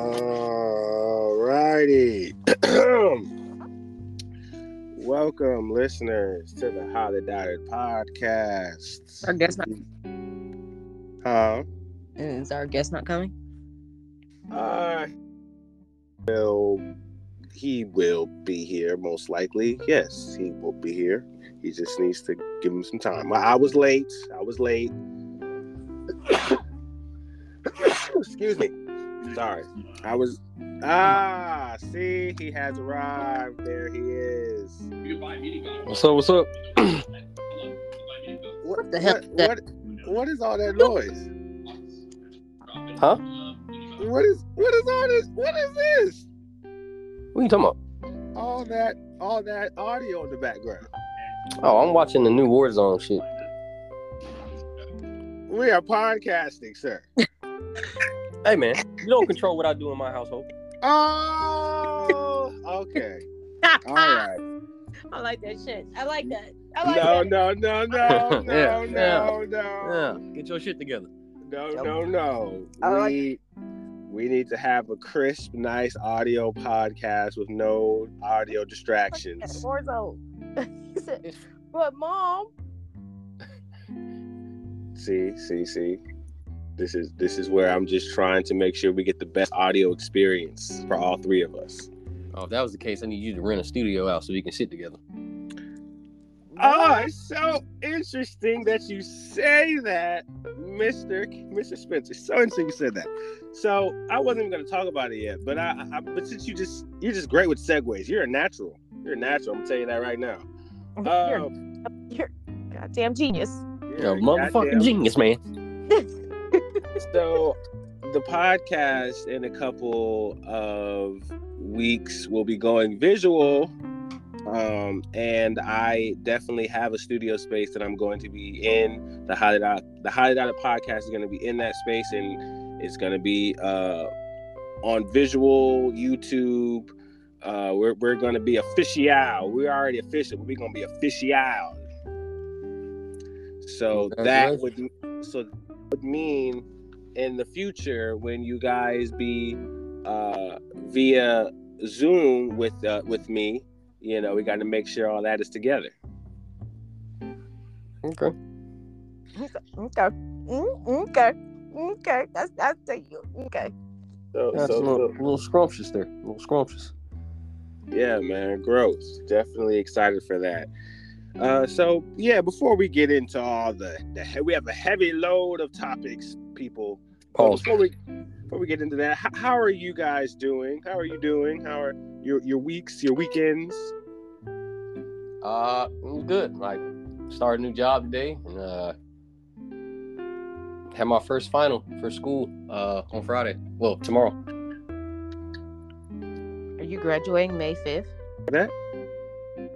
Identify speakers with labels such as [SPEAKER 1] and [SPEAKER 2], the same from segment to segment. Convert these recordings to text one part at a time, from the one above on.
[SPEAKER 1] All righty. Welcome, listeners, to the Holly Dotted Podcast.
[SPEAKER 2] Our guest not
[SPEAKER 1] Huh?
[SPEAKER 2] is our guest not coming?
[SPEAKER 1] Uh, will he will be here most likely? Yes, he will be here. He just needs to give him some time. I, I was late. I was late. Excuse me. Sorry, I was. Ah, see, he has arrived. There he is.
[SPEAKER 3] What's up? What's up?
[SPEAKER 1] What
[SPEAKER 2] the heck
[SPEAKER 1] What,
[SPEAKER 2] that-
[SPEAKER 1] what, what is all that noise?
[SPEAKER 3] Huh?
[SPEAKER 1] What is what is all this? What is this?
[SPEAKER 3] What are you talking about?
[SPEAKER 1] All that all that audio in the background.
[SPEAKER 3] Oh, I'm watching the new Warzone shit.
[SPEAKER 1] We are podcasting, sir.
[SPEAKER 3] Hey man, you don't control what I do in my household.
[SPEAKER 1] Oh, okay. All right.
[SPEAKER 2] I like that shit. I like that. Ah, I like
[SPEAKER 1] No,
[SPEAKER 2] that.
[SPEAKER 1] no, no, no, no,
[SPEAKER 3] Yeah,
[SPEAKER 1] no,
[SPEAKER 3] Yeah,
[SPEAKER 1] no,
[SPEAKER 3] get your shit together.
[SPEAKER 1] no, no, no.
[SPEAKER 2] I like-
[SPEAKER 1] We we need to have a crisp, nice audio podcast with no audio distractions.
[SPEAKER 2] Warzone. He said, but mom,
[SPEAKER 1] See, see, see. This is this is where I'm just trying to make sure we get the best audio experience for all three of us.
[SPEAKER 3] Oh, if that was the case, I need you to rent a studio out so we can sit together. Ah,
[SPEAKER 1] Oh, it's so interesting that you say that, Mister Mister Spencer. So interesting you said that. So I wasn't even going to talk about it yet, but I, I but since you just you're just great with segues. You're a natural. You're a natural. I'm gonna tell you that right now.
[SPEAKER 2] you're,
[SPEAKER 1] Um,
[SPEAKER 2] you're a goddamn genius.
[SPEAKER 3] You're
[SPEAKER 1] you're
[SPEAKER 3] a
[SPEAKER 1] a
[SPEAKER 3] motherfucking
[SPEAKER 1] goddamn-
[SPEAKER 3] genius, man.
[SPEAKER 1] So the podcast in a couple of weeks will be going visual. Um, and I definitely have a studio space that I'm going to be in. The Highly Dot the Highly Dotted podcast is going to be in that space and it's going to be uh on visual YouTube. Uh, we're we're going to be official. We're already official, but we're going to be official. So that would so that would mean in the future when you guys be uh, via Zoom with uh, with me, you know, we got to make sure all that is together.
[SPEAKER 3] Okay.
[SPEAKER 2] Okay. Okay. Mm, Okay. Okay. That's that's to you. Okay.
[SPEAKER 1] So,
[SPEAKER 3] That's a little, little scrumptious there. A little scrumptious.
[SPEAKER 1] yeah, man, growth. Definitely excited for that. Uh, so yeah, before we get into all the, the he- we have a heavy load of topics, people. But
[SPEAKER 3] Pause.
[SPEAKER 1] Before we before we get into that, how, how are you guys doing? How are you doing? How are your your weeks, your weekends?
[SPEAKER 3] Uh, I'm good. Like, started a new job today and uh, had my first final for school uh on Friday. Well, tomorrow.
[SPEAKER 2] Are you graduating May fifth?
[SPEAKER 1] That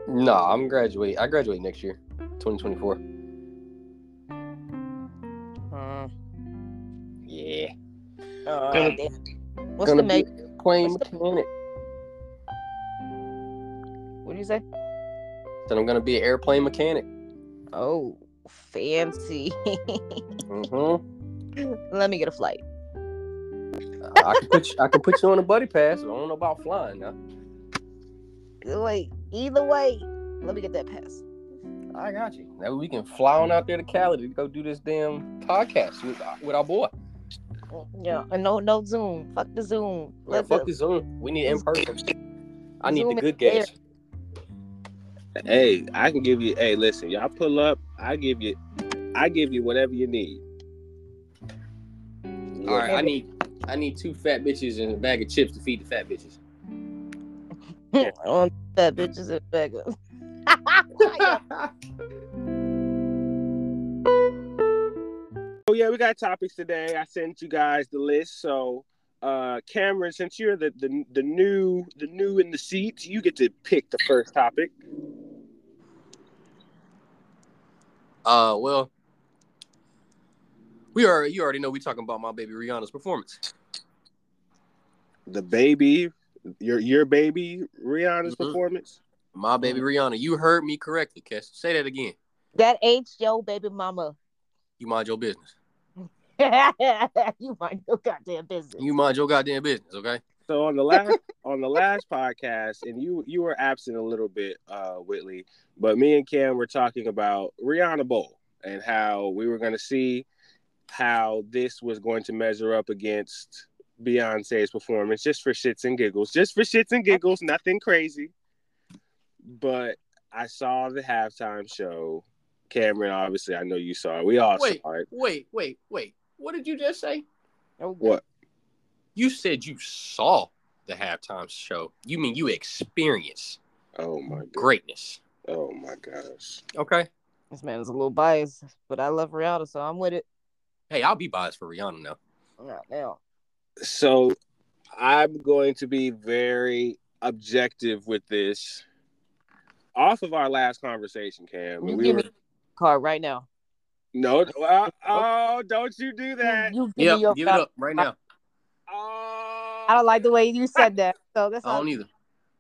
[SPEAKER 3] No, I'm graduate. I graduate next year, 2024.
[SPEAKER 2] Mm.
[SPEAKER 3] Yeah. Uh,
[SPEAKER 2] Oh, damn. What's the
[SPEAKER 3] Gonna be
[SPEAKER 2] major?
[SPEAKER 3] a plane
[SPEAKER 2] what's
[SPEAKER 3] mechanic.
[SPEAKER 2] What do you say?
[SPEAKER 3] Then I'm gonna be an airplane mechanic.
[SPEAKER 2] Oh, fancy.
[SPEAKER 3] Mm-hmm.
[SPEAKER 2] Let me get a flight.
[SPEAKER 3] I can put you, I can put you on a buddy pass. but I don't know about flying now.
[SPEAKER 2] Wait, either way, let me get that pass.
[SPEAKER 3] I got you. Now we can fly on out there to Cali to go do this damn podcast with, uh, with our boy.
[SPEAKER 2] Yeah, and no, no Zoom. Fuck the Zoom.
[SPEAKER 3] Yeah,
[SPEAKER 2] Let
[SPEAKER 3] fuck
[SPEAKER 2] the-
[SPEAKER 3] this Zoom. We need in person. I need
[SPEAKER 2] Zoom
[SPEAKER 3] the good
[SPEAKER 2] is there.
[SPEAKER 3] gas.
[SPEAKER 1] Hey, I can give you. Hey, listen, y'all pull up. I give you. I give you whatever you need.
[SPEAKER 3] All right, I need I need two fat bitches and a bag of chips to feed the fat bitches.
[SPEAKER 2] on that bitches and beggars.
[SPEAKER 1] Oh yeah, we got topics today. I sent you guys the list. So, uh, Cameron, since you're the the, the new the new in the seat, you get to pick the first topic.
[SPEAKER 3] Uh, well, we are. You already know we talking about my baby Rihanna's performance.
[SPEAKER 1] The baby, your your baby, Rihanna's
[SPEAKER 3] Mhm.
[SPEAKER 1] performance.
[SPEAKER 3] My baby Rihanna. You heard me correctly, Kes. Say that again.
[SPEAKER 2] that age, yo, baby mama.
[SPEAKER 3] You mind your business.
[SPEAKER 2] you mind your goddamn business.
[SPEAKER 3] You mind your goddamn business, okay?
[SPEAKER 1] So on the last on the last podcast, and you you were absent a little bit, uh, Whitley, but me and Cam were talking about Rihanna Bowl and how we were going to see how this was going to measure up against Beyonce's performance, just for shits and giggles, just for shits and giggles, nothing crazy. But I saw the halftime show. Cameron, obviously, I know you saw it. We all
[SPEAKER 3] Wait.
[SPEAKER 1] saw it.
[SPEAKER 3] Wait, wait, wait. What did you just say?
[SPEAKER 2] Oh,
[SPEAKER 1] What?
[SPEAKER 3] You said you saw the halftime show. You mean you experienced
[SPEAKER 1] Oh my god!
[SPEAKER 3] greatness.
[SPEAKER 1] Oh my gosh!
[SPEAKER 3] Okay.
[SPEAKER 2] This man is a little biased, but I love Rihanna, so I'm with it.
[SPEAKER 3] Hey, I'll be biased for Rihanna now.
[SPEAKER 2] Not now.
[SPEAKER 1] so I'm going to be very objective with this. Off of our last conversation, Cam,
[SPEAKER 2] You
[SPEAKER 1] we
[SPEAKER 2] give
[SPEAKER 1] were
[SPEAKER 2] me card right now.
[SPEAKER 1] no, uh, oh, don't you do that?
[SPEAKER 2] You give
[SPEAKER 3] Yeah,
[SPEAKER 2] me your
[SPEAKER 3] give it
[SPEAKER 2] card.
[SPEAKER 3] up right now.
[SPEAKER 1] Oh,
[SPEAKER 2] I don't like the way you said that. So that's
[SPEAKER 3] I
[SPEAKER 2] all.
[SPEAKER 3] don't either.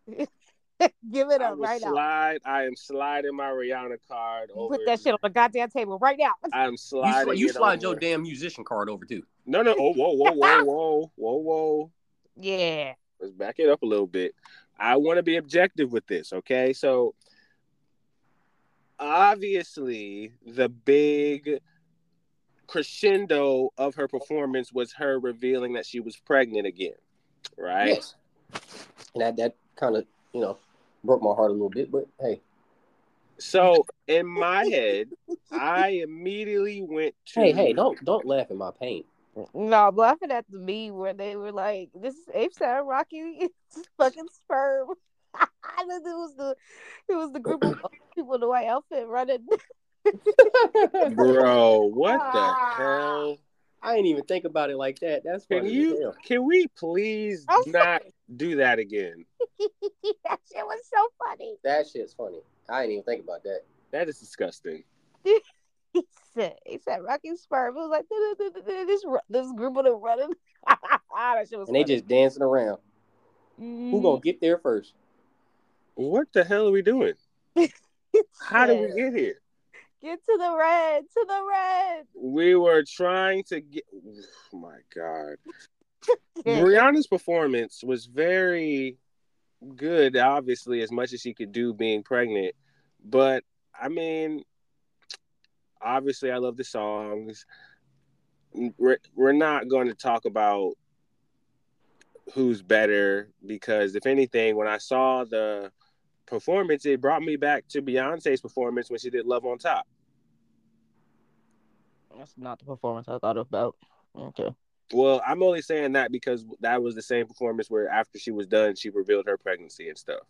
[SPEAKER 2] give it
[SPEAKER 1] I
[SPEAKER 2] up
[SPEAKER 1] will
[SPEAKER 2] right now.
[SPEAKER 1] slide. I am sliding my Rihanna card
[SPEAKER 2] You
[SPEAKER 1] over.
[SPEAKER 2] put that shit on the goddamn table right now.
[SPEAKER 1] I'm
[SPEAKER 3] You, sli-
[SPEAKER 1] sliding.
[SPEAKER 3] you
[SPEAKER 1] it
[SPEAKER 3] slide your
[SPEAKER 1] over.
[SPEAKER 3] damn musician card over too.
[SPEAKER 1] No, no. Oh, whoa, whoa, whoa, whoa, whoa, whoa.
[SPEAKER 2] Yeah.
[SPEAKER 1] let's back it up a little bit. I want to be objective with this, okay? So obviously the big crescendo of her performance was her revealing that she was pregnant again, right?
[SPEAKER 3] Yes. And that that kind of you know broke my heart a little bit, but hey,
[SPEAKER 1] So in my head, I immediately went to
[SPEAKER 3] hey, hey, don't don't laugh at my pain.
[SPEAKER 2] No, I'm laughing at the meme where they were like, "This is Ape Sound Rocky, it's fucking sperm." I know it was the it was the group of old people in the white outfit running.
[SPEAKER 1] bro, what the
[SPEAKER 2] Ah.
[SPEAKER 1] hell?
[SPEAKER 3] I didn't even think about it like that. That's
[SPEAKER 1] Can
[SPEAKER 3] funny as
[SPEAKER 1] you
[SPEAKER 3] hell.
[SPEAKER 1] can we please
[SPEAKER 2] I'm
[SPEAKER 1] not do that again?
[SPEAKER 2] that shit was so funny.
[SPEAKER 3] That shit's funny. I didn't even think about that.
[SPEAKER 1] That is disgusting.
[SPEAKER 2] He said, "He said Rocky sperm." It was like "Duh, duh, duh, duh, duh," this ru- this group of them running. that shit was.
[SPEAKER 3] And
[SPEAKER 2] funny.
[SPEAKER 3] they
[SPEAKER 2] Mm,
[SPEAKER 3] just dancing around. Who
[SPEAKER 1] Mm-hmm.
[SPEAKER 3] gonna get there first?
[SPEAKER 1] What the hell are we doing?
[SPEAKER 2] He
[SPEAKER 1] How did we
[SPEAKER 2] said,
[SPEAKER 1] get here?
[SPEAKER 2] get to the red? To the red.
[SPEAKER 1] we were trying to get oh my god
[SPEAKER 2] Yeah.
[SPEAKER 1] rihanna's performance was very good obviously as much as she could do being pregnant but i mean obviously i love the songs we're, we're not going to talk about who's better because if anything when i saw the performance it brought me back to beyonce's performance when she did love on top
[SPEAKER 2] That's not the performance I thought about. Okay.
[SPEAKER 1] Well, I'm only saying that because that was the same performance where after she was done, she revealed her pregnancy and stuff.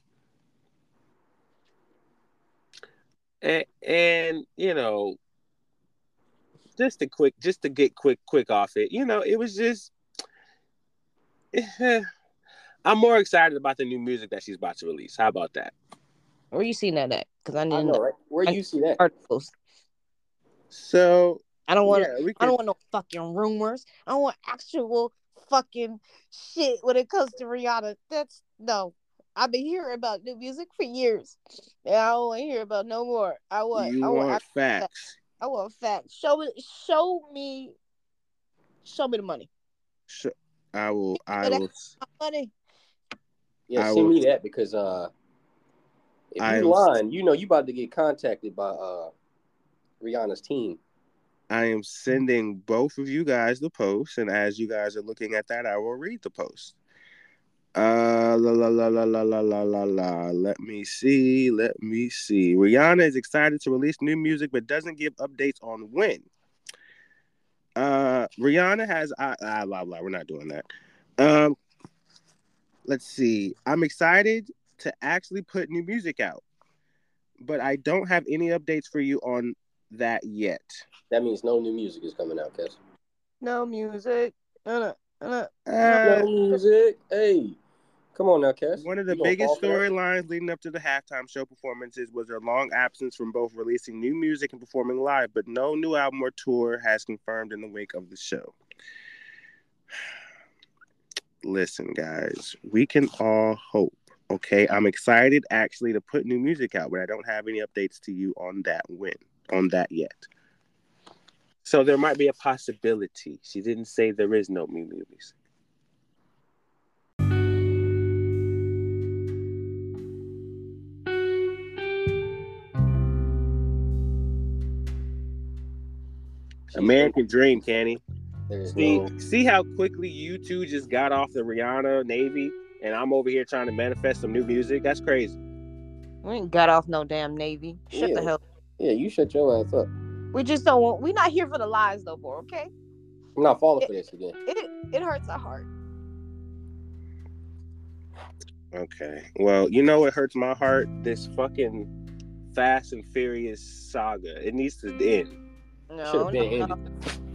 [SPEAKER 1] And, and you know, just to quick, just to get quick, quick off it. You know, it was just. I'm more excited about the new music that she's about to release. How about that?
[SPEAKER 2] Where you seen that at? Because I
[SPEAKER 3] I
[SPEAKER 1] Mm-hmm.
[SPEAKER 2] didn't
[SPEAKER 3] know, right? Where do you see that?
[SPEAKER 2] articles.
[SPEAKER 1] So
[SPEAKER 2] I don't want
[SPEAKER 1] yeah, we
[SPEAKER 2] I
[SPEAKER 1] can-
[SPEAKER 2] don't want no fucking rumors. I don't want actual fucking shit when it comes to Rihanna. That's no. I've been hearing about new music for years. And I don't want to hear about no more. I want
[SPEAKER 1] you
[SPEAKER 2] I want,
[SPEAKER 1] want facts.
[SPEAKER 2] I, I want facts. Show me show me show me the money.
[SPEAKER 1] Sh- I will. I
[SPEAKER 2] But I-
[SPEAKER 1] will.
[SPEAKER 2] My money.
[SPEAKER 1] I
[SPEAKER 3] Yeah, send
[SPEAKER 1] will-
[SPEAKER 3] me that because uh, if
[SPEAKER 1] I am-
[SPEAKER 3] you lying, you know you about to get contacted by uh Rihanna's team.
[SPEAKER 1] I am sending both of you guys the post, and as you guys are looking at that, I will read the post. Uh, la la la la la la la la la. Let me see. Let me see. Rihanna is excited to release new music, but doesn't give updates on when. Uh, Rihanna has I ah, blah blah. We're not doing that. Um, let's see. I'm excited to actually put new music out, but I don't have any updates for you on that yet.
[SPEAKER 3] That means no new music is coming out, Cass.
[SPEAKER 2] No music. No, no, no.
[SPEAKER 1] Uh,
[SPEAKER 3] no music. Hey, come on now, Cass.
[SPEAKER 1] One of the
[SPEAKER 3] You gonna
[SPEAKER 1] biggest
[SPEAKER 3] fall for that?
[SPEAKER 1] storylines leading up to the halftime show performances was their long absence from both releasing new music and performing live, but no new album or tour has confirmed in the wake of the show. Listen, guys, we can all hope. Okay, I'm excited actually to put new music out, but I don't have any updates to you on that when, on that yet. So there might be a possibility. She didn't say there is no me movies. American Dream, Kenny.
[SPEAKER 3] There's
[SPEAKER 1] See,
[SPEAKER 3] no.
[SPEAKER 1] see how quickly you two just got off the Rihanna Navy, and I'm over here trying to manifest some new music. That's crazy.
[SPEAKER 2] We ain't got off no damn Navy. Shut
[SPEAKER 3] Yeah.
[SPEAKER 2] the hell.
[SPEAKER 3] Yeah, you shut your ass up.
[SPEAKER 2] We just don't want. We're not here for the lies no more. Okay.
[SPEAKER 3] I'm not falling for this again.
[SPEAKER 2] It it hurts our heart.
[SPEAKER 1] Okay. Well, you know what hurts my heart? This fucking Fast and Furious saga. It needs to end.
[SPEAKER 3] Should
[SPEAKER 2] No,
[SPEAKER 3] have been
[SPEAKER 2] no, no.
[SPEAKER 3] ended.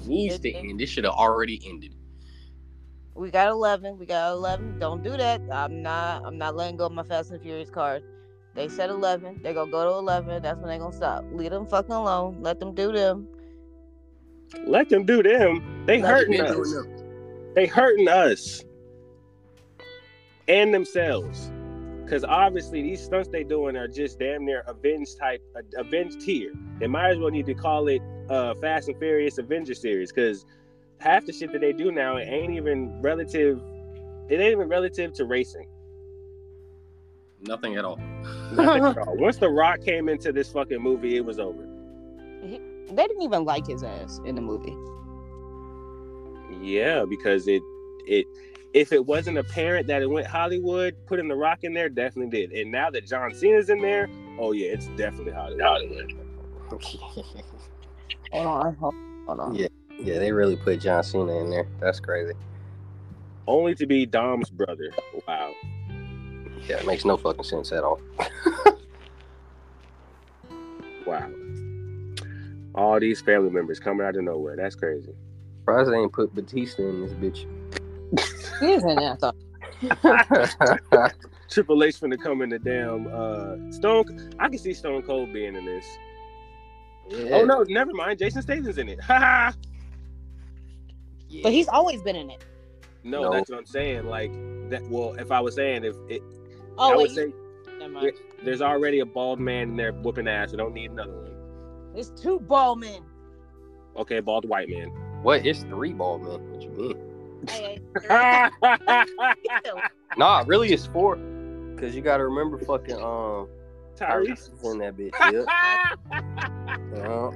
[SPEAKER 3] Needs to end. This should have already ended.
[SPEAKER 2] We got eleven. We got eleven. Don't do that. I'm not. I'm not letting go of my Fast and Furious card. They said eleven. They're gonna go to eleven. That's when they're gonna stop. Leave them fucking alone. Let them do them.
[SPEAKER 1] Let them do them. They
[SPEAKER 2] Let
[SPEAKER 1] hurting
[SPEAKER 3] Been
[SPEAKER 1] us.
[SPEAKER 3] doing them.
[SPEAKER 1] They hurting us and themselves. Cause obviously these stunts they doing are just damn near Avenged type, a- Avenged tier. They might as well need to call it uh, Fast and Furious Avenger series. Cause half the shit that they do now it ain't even relative. It ain't even relative to racing.
[SPEAKER 3] Nothing at all.
[SPEAKER 1] Nothing at all. Once The Rock came into this fucking movie, it was over.
[SPEAKER 2] They didn't even like his ass in the movie.
[SPEAKER 1] Yeah, because it it if it wasn't apparent that it went Hollywood, putting The Rock in there definitely did. And now that John Cena's in there, oh yeah, it's definitely Hollywood.
[SPEAKER 2] Hold on. Hold, hold on.
[SPEAKER 3] Yeah. yeah, they really put John Cena in there. That's crazy.
[SPEAKER 1] Only to be Dom's brother. Wow.
[SPEAKER 3] Yeah, it makes no fucking sense at all.
[SPEAKER 1] Wow. All these family members coming out of nowhere. That's crazy.
[SPEAKER 3] Surprised they ain't put Batista in this
[SPEAKER 2] He is in there. I thought.
[SPEAKER 3] bitch.
[SPEAKER 1] Triple H finna come in the damn uh Stone I can see Stone Cold being in this. Oh no, never mind. Jason Statham's in it. Ha ha.
[SPEAKER 3] Yeah.
[SPEAKER 2] But he's always been in it.
[SPEAKER 1] No,
[SPEAKER 3] No.
[SPEAKER 1] that's what I'm saying. Like that well, if I was saying if it I
[SPEAKER 2] Oh
[SPEAKER 1] would
[SPEAKER 2] wait.
[SPEAKER 1] say
[SPEAKER 2] never
[SPEAKER 1] yeah.
[SPEAKER 2] mind.
[SPEAKER 1] There's already a bald man in there whooping ass. I don't need another one.
[SPEAKER 2] It's two ball men.
[SPEAKER 1] Okay, bald white man.
[SPEAKER 3] What? It's three ball, man. What you mean?
[SPEAKER 2] Hey, hey.
[SPEAKER 1] Tyrese
[SPEAKER 3] Nah, really, it's four. Cause you gotta remember, fucking um, Tyrese is in that bitch. Yeah. uh-huh.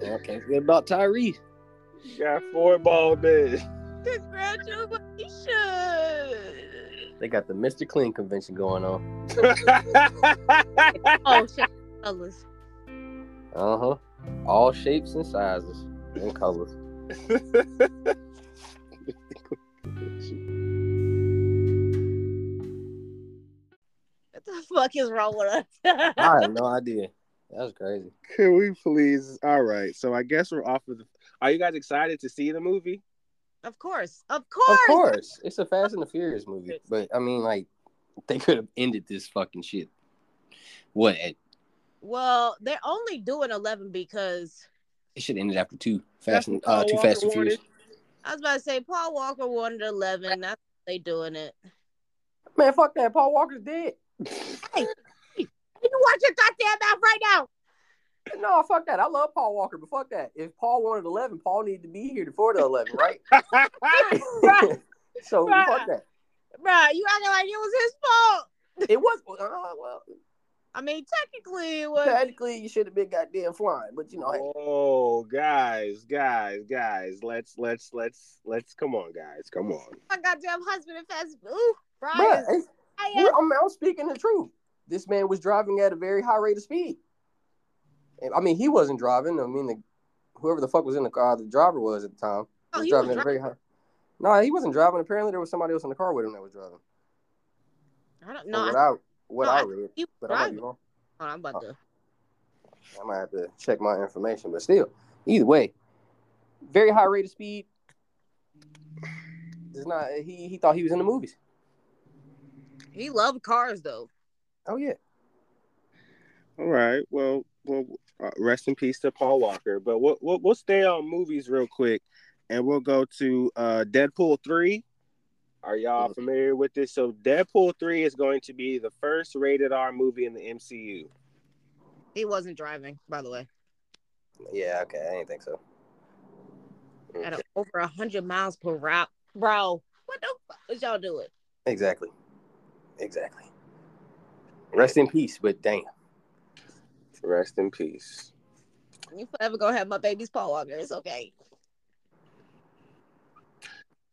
[SPEAKER 3] Yeah, can't forget about Tyrese.
[SPEAKER 1] You got four bald men.
[SPEAKER 2] Congratulations.
[SPEAKER 3] They got the Mr. Clean convention going on.
[SPEAKER 2] Oh shit, fellas.
[SPEAKER 3] Uh huh. All shapes and sizes and colors.
[SPEAKER 2] What the fuck is wrong with us?
[SPEAKER 3] I had no idea. That's crazy.
[SPEAKER 1] Can we please? All right. So I guess we're off of the. Are you guys excited to see the movie?
[SPEAKER 2] of course, of
[SPEAKER 3] Of
[SPEAKER 2] course.
[SPEAKER 3] course, it's a Fast and the Furious movie, but I mean, like, they could have ended this fucking shit. What? It
[SPEAKER 2] Well, they're only doing eleven because
[SPEAKER 3] should have ended after two Fast and
[SPEAKER 1] That's what
[SPEAKER 3] uh, two
[SPEAKER 1] Paul
[SPEAKER 3] Fast
[SPEAKER 1] Walker
[SPEAKER 3] and Furious.
[SPEAKER 1] wanted.
[SPEAKER 2] I was about to say Paul Walker wanted eleven. That's why they doing it.
[SPEAKER 3] Man, fuck that. Paul Walker's dead.
[SPEAKER 2] Can you watch your goddamn mouth right now?
[SPEAKER 3] No, fuck that. I love Paul Walker, but fuck that. If Paul wanted 11, Paul needed to be here before the 11, right?
[SPEAKER 2] Bruh,
[SPEAKER 3] so
[SPEAKER 2] Right.
[SPEAKER 3] fuck that.
[SPEAKER 2] bruh, you acting like it was his fault.
[SPEAKER 3] It was, uh, well,
[SPEAKER 2] I mean, technically it was.
[SPEAKER 3] technically, you should have been goddamn flying, but you know, hey,
[SPEAKER 1] Oh, guys, guys, guys. Let's let's let's let's come on, guys. Come on.
[SPEAKER 2] My goddamn husband and fast. Ooh, Brian.
[SPEAKER 3] bruh, it's-
[SPEAKER 2] Brian.
[SPEAKER 3] we're- I'm, I'm speaking the truth. This man was driving at a very high rate of speed. And, I mean, he wasn't driving. I mean, the, whoever the fuck was in the car, the driver was at the time.
[SPEAKER 2] Oh,
[SPEAKER 3] was
[SPEAKER 2] he was
[SPEAKER 3] driving at a very high. No, he wasn't driving. Apparently, there was somebody else in the car with him that was driving.
[SPEAKER 2] I don't
[SPEAKER 3] From
[SPEAKER 2] know.
[SPEAKER 3] what
[SPEAKER 2] I-
[SPEAKER 3] I, what
[SPEAKER 2] no,
[SPEAKER 3] I
[SPEAKER 2] I-
[SPEAKER 3] read,
[SPEAKER 2] he was
[SPEAKER 3] but I might be
[SPEAKER 2] driving.
[SPEAKER 3] wrong.
[SPEAKER 2] Hold on, I'm about to.
[SPEAKER 3] Oh. I might have to check my information, but still, either way, very high rate of speed. It's not he. He thought he was in the movies.
[SPEAKER 2] He loved cars though.
[SPEAKER 3] Oh yeah,
[SPEAKER 1] All right. Well, well, uh, rest in peace to Paul Walker. But we'll, we'll we'll stay on movies real quick, and we'll go to uh, Deadpool three. Are y'all familiar with this? So Deadpool three is going to be the first rated R movie in the MCU.
[SPEAKER 2] He wasn't driving, by the way.
[SPEAKER 3] Yeah, okay. I didn't think so.
[SPEAKER 2] at
[SPEAKER 3] Okay.
[SPEAKER 2] a, over 100 miles per hour. Bro, what the fuck is y'all doing?
[SPEAKER 3] Exactly. Exactly. Rest in peace, but damn.
[SPEAKER 1] Rest in peace.
[SPEAKER 2] You forever gonna have my baby's paw on there. It's okay.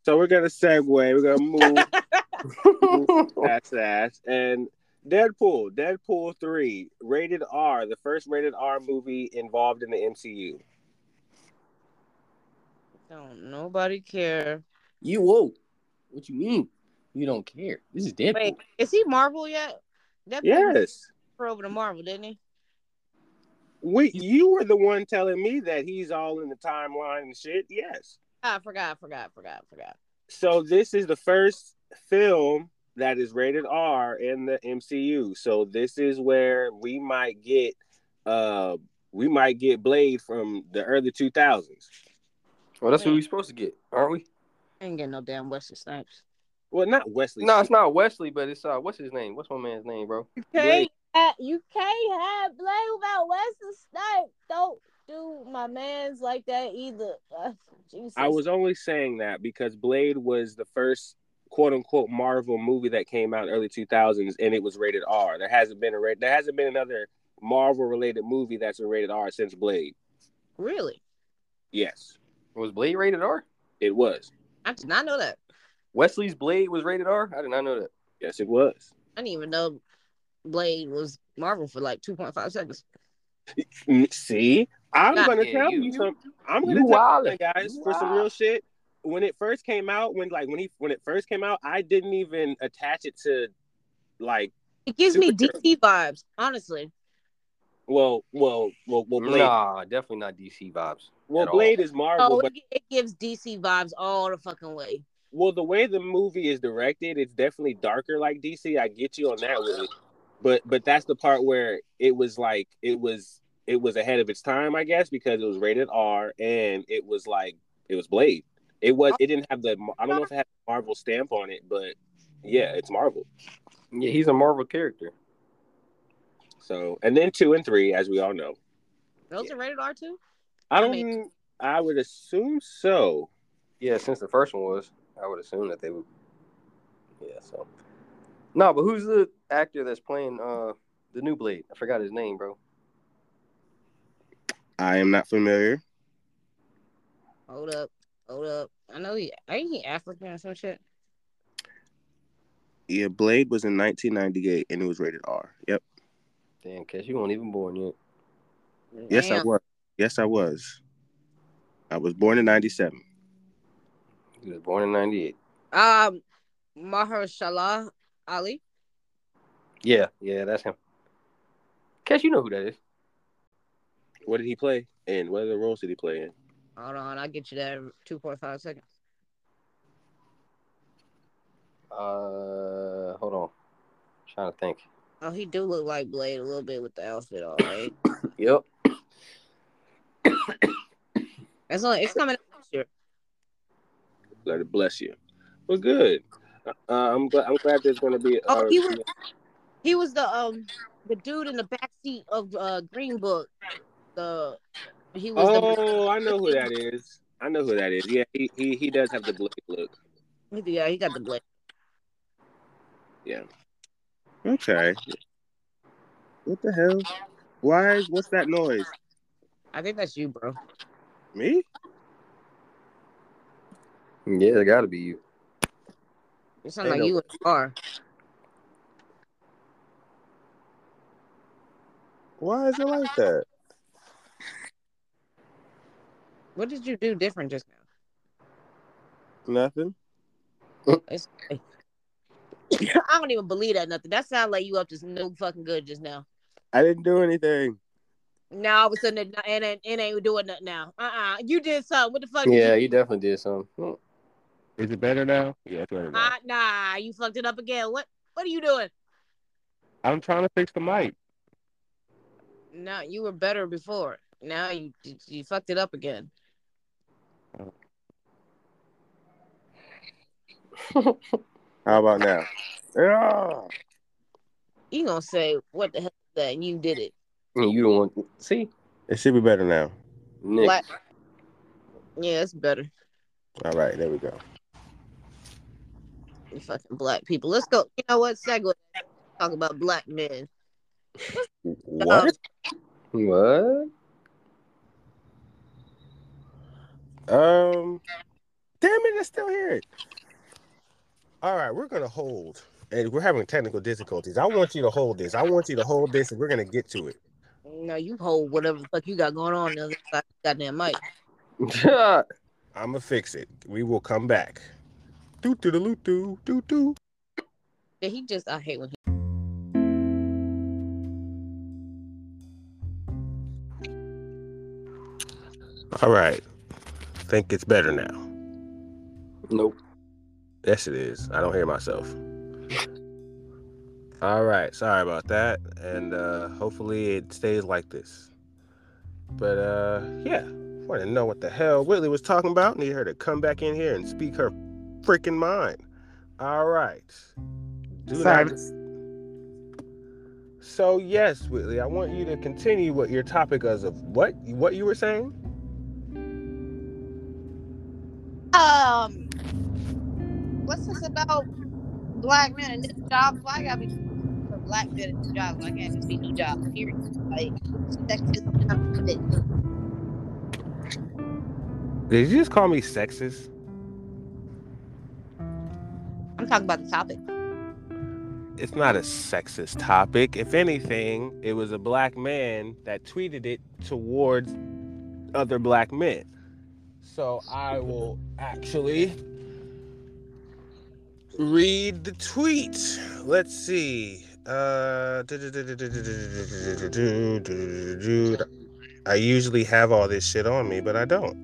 [SPEAKER 1] So we're gonna segue. We're gonna move that's ass. And Deadpool, Deadpool three, rated R, the first rated R movie involved in the MCU.
[SPEAKER 2] Don't nobody care.
[SPEAKER 3] you whoa. What you mean? You don't care. This is Deadpool.
[SPEAKER 2] Wait, is he Marvel yet? That
[SPEAKER 1] Yes.
[SPEAKER 2] for over to Marvel, didn't he?
[SPEAKER 1] Wait, you were the one telling me that he's all in the timeline and shit. Yes.
[SPEAKER 2] I forgot, forgot, forgot, forgot.
[SPEAKER 1] So this is the first film that is rated R in the MCU. So this is where we might get uh we might get Blade from the early 2000s.
[SPEAKER 3] Well, that's what we're supposed to get, aren't we?
[SPEAKER 2] I ain't getting no damn Wesley Snipes.
[SPEAKER 1] Well, not Wesley.
[SPEAKER 3] No, it's not Wesley, but it's uh, what's his name? What's my man's name, bro?
[SPEAKER 2] You
[SPEAKER 1] can't
[SPEAKER 2] have, you can't have blame about Wesley Snipes. Don't do my man's like that either. Uh, Jesus.
[SPEAKER 1] I was only saying that because Blade was the first quote unquote Marvel movie that came out in early 2000s and it was rated R. There hasn't been a ra- there hasn't been another Marvel related movie that's been rated R since Blade.
[SPEAKER 2] really.
[SPEAKER 1] Yes,
[SPEAKER 3] Was Blade rated R?
[SPEAKER 1] it was.
[SPEAKER 2] I did not know that.
[SPEAKER 3] Wesley's Blade was rated R. I did not know that.
[SPEAKER 1] Yes, it was.
[SPEAKER 2] I didn't even know Blade was Marvel for like 2.5 seconds.
[SPEAKER 1] Mm, See, I'm
[SPEAKER 2] Nah,
[SPEAKER 1] gonna
[SPEAKER 3] yeah,
[SPEAKER 1] tell
[SPEAKER 3] you-
[SPEAKER 1] you something. I'm gonna
[SPEAKER 3] you
[SPEAKER 1] tell
[SPEAKER 3] wildin'.
[SPEAKER 1] you something, guys
[SPEAKER 3] You
[SPEAKER 1] for some
[SPEAKER 3] wild.
[SPEAKER 1] real shit. When it first came out, when like when he when it first came out, I didn't even attach it to like
[SPEAKER 2] It gives me
[SPEAKER 1] Superhero.
[SPEAKER 2] DC vibes, honestly.
[SPEAKER 1] well well well well Blade
[SPEAKER 3] Nah, definitely not DC vibes.
[SPEAKER 1] well
[SPEAKER 3] at all.
[SPEAKER 1] Blade is Marvel,
[SPEAKER 2] Oh,
[SPEAKER 1] but
[SPEAKER 2] it, it gives DC vibes all the fucking way.
[SPEAKER 1] Well, the way the movie is directed, it's definitely darker like DC. I get you on that Willie. But but that's the part where it was like it was it was ahead of its time, I guess, because it was rated R and it was like it was Blade. It was it didn't have the I don't know if it had a Marvel stamp on it, but yeah, it's Marvel.
[SPEAKER 3] Yeah, he's a Marvel character.
[SPEAKER 1] So and then two and three, as we all know.
[SPEAKER 2] Those are rated R too.
[SPEAKER 1] I
[SPEAKER 2] I
[SPEAKER 1] don't
[SPEAKER 2] mean-
[SPEAKER 1] I would assume so.
[SPEAKER 3] Yeah, since the first one was, I would assume that they would. Yeah, so. No, but who's the actor that's playing uh the new Blade? I forgot his name, bro.
[SPEAKER 1] I am not familiar.
[SPEAKER 2] Hold up, hold up. I know he ain't he African or some shit.
[SPEAKER 1] Yeah, Blade was in nineteen ninety eight and it was rated R. Yep.
[SPEAKER 3] Damn, cause you weren't even born yet.
[SPEAKER 1] Yes, I
[SPEAKER 2] Damn.
[SPEAKER 1] was. Yes, I was. I was born in '97.
[SPEAKER 3] He was born in '98.
[SPEAKER 2] Um, Mahershala Ali.
[SPEAKER 3] Yeah, yeah, that's him. Cause you know who that is.
[SPEAKER 1] What did he play? And what other roles did he play in?
[SPEAKER 2] Hold on, I'll get you that in 2.5 seconds.
[SPEAKER 3] Uh, hold on. trying to think.
[SPEAKER 2] Oh, he do look like Blade a little bit with the outfit on, right?
[SPEAKER 3] Yep.
[SPEAKER 2] That's only it's coming out this year.
[SPEAKER 1] Let it bless you. Well, good. Uh, I'm glad. I'm glad there's going to be.
[SPEAKER 2] Oh,
[SPEAKER 1] uh,
[SPEAKER 2] he was he was the um the dude in the backseat of uh Green Book. The he was
[SPEAKER 1] oh, I know who that is. I know who that is. Yeah, he he, he does have the blade look. Oh.
[SPEAKER 2] the yeah, he got the blade.
[SPEAKER 1] Okay. What the hell? Why is what's that noise?
[SPEAKER 2] I think that's you, bro.
[SPEAKER 1] Me?
[SPEAKER 3] Yeah, it got to be you.
[SPEAKER 2] It sounds
[SPEAKER 3] Ain't
[SPEAKER 2] like
[SPEAKER 3] no-
[SPEAKER 2] you in the car.
[SPEAKER 1] Why is it like that?
[SPEAKER 2] What did you do different just now?
[SPEAKER 1] Nothing.
[SPEAKER 2] It's, I don't even believe that nothing. That sounds like you up to no fucking good just now.
[SPEAKER 1] I didn't do anything.
[SPEAKER 2] Now all of a sudden it, it, ain't, it ain't doing nothing now. Uh uh You did something. What the fuck?
[SPEAKER 3] Yeah,
[SPEAKER 2] Did
[SPEAKER 3] you definitely did Hmm. something.
[SPEAKER 4] Is it better now? Yeah, it's better
[SPEAKER 2] you,
[SPEAKER 4] now.
[SPEAKER 2] uh, nah, you fucked it up again. What What are you doing?
[SPEAKER 4] I'm trying to fix the mic.
[SPEAKER 2] No, you were better before. Now you you, you fucked it up again.
[SPEAKER 1] How about now? Yeah.
[SPEAKER 2] You gonna say what the hell is that? And you did it.
[SPEAKER 3] And you don't want. See,
[SPEAKER 1] It should be better now.
[SPEAKER 3] Nick.
[SPEAKER 2] Black. Yeah, it's better.
[SPEAKER 1] All right, there we go.
[SPEAKER 2] than fucking black people. Let's go. You know what? Segue. Talk about black men.
[SPEAKER 1] What?
[SPEAKER 3] What?
[SPEAKER 1] Um, damn it, I still hear it. All right, we're gonna hold, and we're having technical difficulties. I want you to hold this. I want you to hold this, and we're gonna get to it.
[SPEAKER 2] Um, No, you hold whatever the fuck you got going on. on The other side of the goddamn mic.
[SPEAKER 1] I'm gonna fix it. We will come back. Do do do do do do.
[SPEAKER 2] Yeah, he just. I hate when he.
[SPEAKER 1] All right, think it's better now.
[SPEAKER 3] nope.
[SPEAKER 1] Yes, it is. I don't hear myself. All right, sorry about that, and uh, hopefully it stays like this. But uh, yeah, want to know what the hell Whitley was talking about? Need her to come back in here and speak her freaking mind. All right. Do
[SPEAKER 3] Sorry.
[SPEAKER 1] So yes, Whitley, I want you to continue what your topic was of what what you were saying.
[SPEAKER 2] Um, what's this about black men and new jobs? Why I gotta be for black men and new jobs? Why can't it just be new jobs? Period. Like sexism comes with it.
[SPEAKER 1] Did you just call me sexist?
[SPEAKER 2] I'm talking about the topic.
[SPEAKER 1] It's not a sexist topic. If anything, it was a black man that tweeted it towards other black men. So I will actually read the tweet. Let's see. Uh, I usually have all this shit on me, but I don't.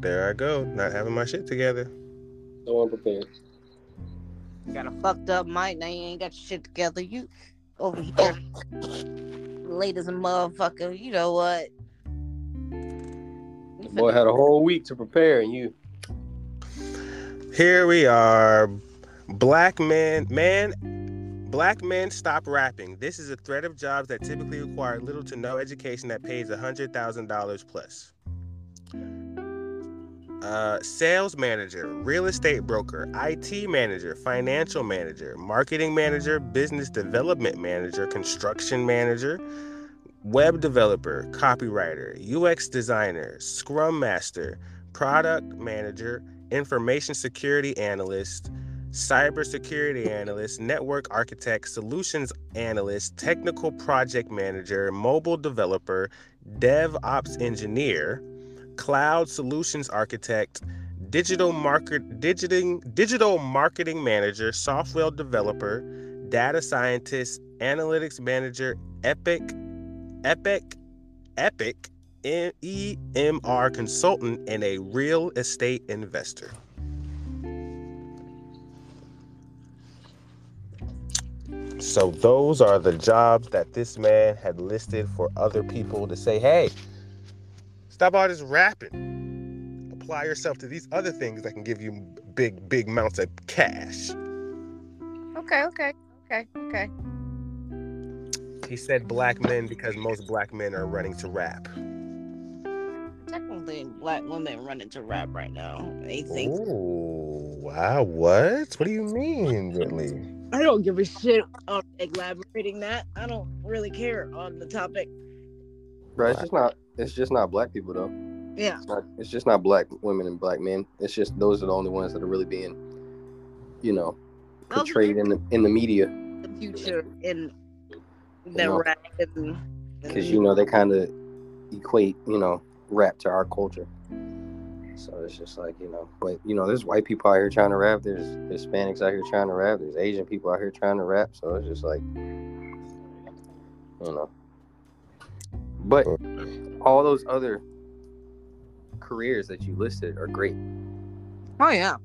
[SPEAKER 1] There I go, not having my shit together.
[SPEAKER 3] So unprepared.
[SPEAKER 2] You got a fucked up mic. Now you ain't got your shit together. You over here, late as a motherfucker. You know what? You
[SPEAKER 3] The boy had a whole week to prepare, and you.
[SPEAKER 1] Here we are. Black man, man, black men stop rapping. This is a threat of jobs that typically require little to no education that pays $100,000 plus. Uh, sales manager, real estate broker, IT manager, financial manager, marketing manager, business development manager, construction manager, web developer, copywriter, UX designer, scrum master, product manager, information security analyst, cybersecurity analyst, network architect, solutions analyst, technical project manager, mobile developer, DevOps engineer, cloud solutions architect, digital market digiting digital marketing manager, software developer, data scientist, analytics manager, epic epic epic E M- EMR consultant and a real estate investor. So those are the jobs that this man had listed for other people to say, "Hey, stop all this rapping. Apply yourself to these other things that can give you big big amounts of cash."
[SPEAKER 2] Okay, okay, okay, okay.
[SPEAKER 1] He said black men because most black men are running to rap.
[SPEAKER 2] Technically, black women run into rap right now. They think
[SPEAKER 1] Ooh, wow, what? What do you mean, Whitley?
[SPEAKER 2] I don't give a shit on elaborating that. I don't really care on the topic.
[SPEAKER 3] Bro, it's just not. It's just not black people though.
[SPEAKER 2] Yeah.
[SPEAKER 3] It's, not, it's just not black women and black men. It's just those are the only ones that are really being, you know,
[SPEAKER 2] Those are
[SPEAKER 3] portrayed in the in the media
[SPEAKER 2] the future in the
[SPEAKER 3] Yeah.
[SPEAKER 2] rap and
[SPEAKER 3] because you know they kind of equate you know rap to our culture. So it's just like you know, but you know, there's white people out here trying to rap. There's Hispanics out here trying to rap. There's Asian people out here trying to rap. So it's just like, you know. But all those other careers that you listed are great.
[SPEAKER 2] Oh yeah.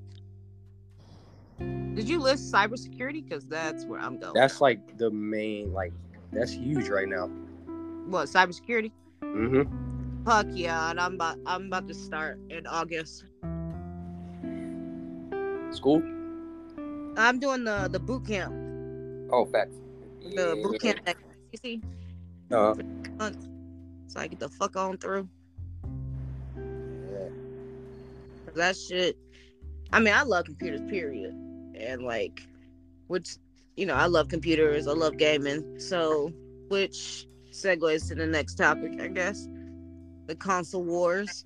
[SPEAKER 2] Did you list cybersecurity? Because that's where I'm going.
[SPEAKER 3] That's like the main, like that's huge right now.
[SPEAKER 2] what cybersecurity?
[SPEAKER 3] hmm
[SPEAKER 2] Fuck yeah! And I'm about I'm about to start in August.
[SPEAKER 3] School?
[SPEAKER 2] I'm doing the the boot camp,
[SPEAKER 3] Oh, facts. Uh-huh.
[SPEAKER 2] the boot camp at CC.
[SPEAKER 3] Uh,
[SPEAKER 2] so I get the fuck on through.
[SPEAKER 3] Yeah.
[SPEAKER 2] That shit. I mean, I love computers, period. And like, which, you know, I love computers, I love gaming. So, which segues to the next topic, I guess the console wars.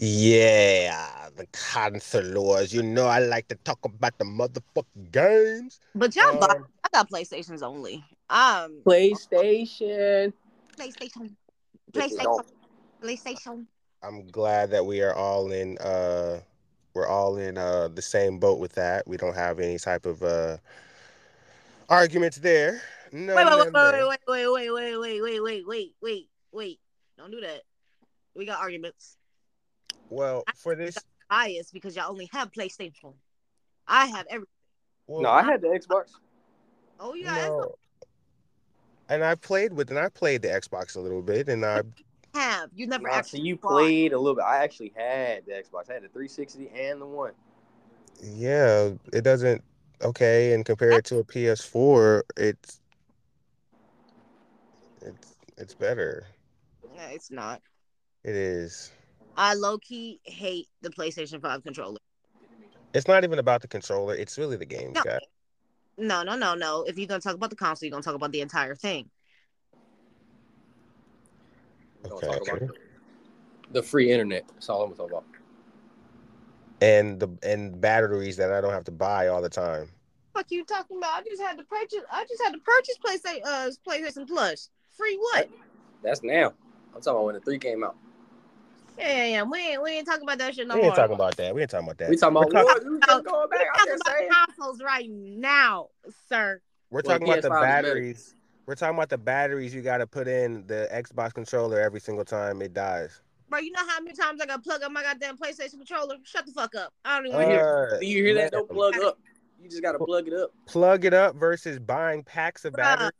[SPEAKER 1] Yeah, the console wars. You know I like to talk about the motherfucking games.
[SPEAKER 2] But y'all,
[SPEAKER 1] Um,
[SPEAKER 2] buy, I got PlayStations only. Um,
[SPEAKER 5] PlayStation.
[SPEAKER 2] PlayStation,
[SPEAKER 3] Bitches don't-
[SPEAKER 2] PlayStation, PlayStation.
[SPEAKER 1] I'm glad that we are all in uh we're all in uh the same boat with that. We don't have any type of uh arguments there. No,
[SPEAKER 2] wait,
[SPEAKER 1] no,
[SPEAKER 2] wait,
[SPEAKER 1] no.
[SPEAKER 2] wait, wait, wait, wait, wait, wait, wait, wait, wait, wait, wait. Don't do that. We got arguments.
[SPEAKER 1] Well, for this,
[SPEAKER 2] Bias because y'all only have PlayStation. I have every.
[SPEAKER 1] well,
[SPEAKER 3] No, I had the Xbox.
[SPEAKER 2] Oh, you guys
[SPEAKER 1] no. And I played with, and I played the Xbox a little bit, and I
[SPEAKER 2] have. You never
[SPEAKER 3] Nah, so
[SPEAKER 2] actually
[SPEAKER 3] you
[SPEAKER 2] bought.
[SPEAKER 3] played a little bit. I actually had the Xbox. I had the 360 and the one.
[SPEAKER 1] yeah, it doesn't okay. And compared to a PS4, it's it's it's better.
[SPEAKER 2] No, it's not.
[SPEAKER 1] It is.
[SPEAKER 2] I low key hate the PlayStation Five controller.
[SPEAKER 1] It's not even about the controller. It's really the games,
[SPEAKER 2] No.
[SPEAKER 1] guy.
[SPEAKER 2] No, no, no, no. If you're gonna talk about the console, you're gonna talk about the entire thing.
[SPEAKER 3] We're gonna
[SPEAKER 1] Okay.
[SPEAKER 3] talk about The free internet. That's all I'm gonna talk
[SPEAKER 1] And the and batteries that I don't have to buy all the time.
[SPEAKER 2] Fuck you talking about? I just had to purchase. I just had to purchase PlayStation. Uh, PlayStation Plus. Free what?
[SPEAKER 3] about. That's now. I'm talking about when the three came out.
[SPEAKER 2] Yeah, yeah, yeah. We ain't we ain't talking about that shit no
[SPEAKER 1] we
[SPEAKER 2] more.
[SPEAKER 1] ain't talking about that. We ain't talking about that.
[SPEAKER 3] We talking about
[SPEAKER 1] we're, talk-
[SPEAKER 3] wars. We just going back.
[SPEAKER 2] We're
[SPEAKER 3] I'm
[SPEAKER 2] talking
[SPEAKER 3] just saying.
[SPEAKER 2] about consoles right now, sir.
[SPEAKER 1] we're
[SPEAKER 3] Well,
[SPEAKER 1] talking about the
[SPEAKER 3] PS5 is better.
[SPEAKER 1] batteries. We're talking about the batteries you got to put in the Xbox controller every single time it dies.
[SPEAKER 2] Bro, you know how many times I got plug up my goddamn PlayStation controller? Shut the fuck up. I don't even
[SPEAKER 1] Uh,
[SPEAKER 2] want to hear.
[SPEAKER 3] Do you hear that?
[SPEAKER 1] man,
[SPEAKER 3] Don't plug up. You just gotta plug it up.
[SPEAKER 1] Plug it up versus buying packs of
[SPEAKER 2] Bruh.
[SPEAKER 1] batteries.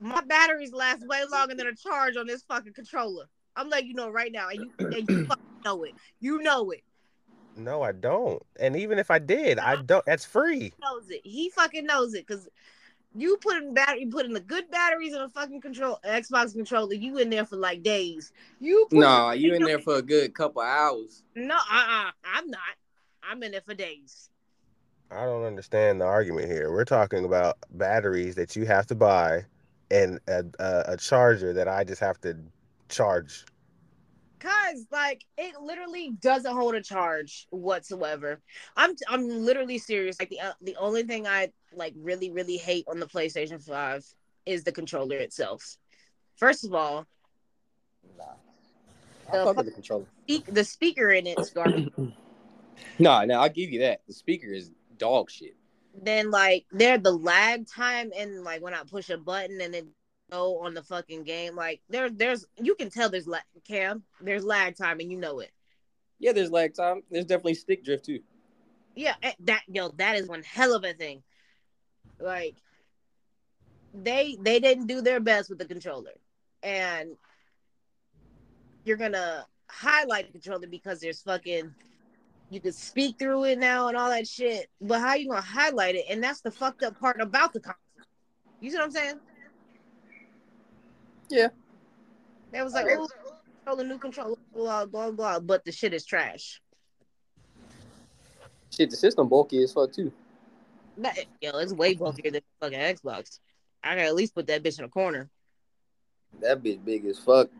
[SPEAKER 2] my batteries last way longer than a charge on this fucking controller. I'm letting you know right now, and you, and you fucking know it. You know it.
[SPEAKER 1] No, I don't. And even if I did, I don't. That's free.
[SPEAKER 2] He knows it. He fucking knows it because you putting battery, you putting the good batteries in a fucking control Xbox controller. You in there for like days. You put-
[SPEAKER 3] No, you in there for a good couple hours.
[SPEAKER 2] no, uh, uh I'm not. I'm in there for days.
[SPEAKER 1] I don't understand the argument here. We're talking about batteries that you have to buy, and a, a, a charger that I just have to charge.
[SPEAKER 2] Cause like it literally doesn't hold a charge whatsoever. I'm I'm literally serious. Like the uh, the only thing I like really really hate on the PlayStation Five is the controller itself. First of all,
[SPEAKER 3] I
[SPEAKER 2] The
[SPEAKER 3] fuck
[SPEAKER 2] fuck-
[SPEAKER 3] with the controller.
[SPEAKER 2] speak, the speaker in it's garbage.
[SPEAKER 3] No, no, I'll give you that. The speaker is dog shit.
[SPEAKER 2] then like there the lag time and like when I push a button and it go on the fucking game. Like there there's you can tell there's lag cam there's lag time and you know it.
[SPEAKER 3] Yeah, there's lag time. There's definitely stick drift too.
[SPEAKER 2] Yeah, eh, that yo, that is one hell of a thing. Like they they didn't do their best with the controller, and you're gonna highlight the controller because there's fucking you can speak through it now and all that shit. But how you gonna highlight it? And that's the fucked up part about the console. You see what I'm saying?
[SPEAKER 3] Yeah.
[SPEAKER 2] That was like,
[SPEAKER 3] Okay.
[SPEAKER 2] oh, controller, new controller, blah blah blah. But the shit is trash.
[SPEAKER 3] Shit, the system bulky as fuck too.
[SPEAKER 2] That, yo, it's way bulkier than the fucking Xbox. I can at least put that bitch in a corner.
[SPEAKER 3] That bitch big as fuck.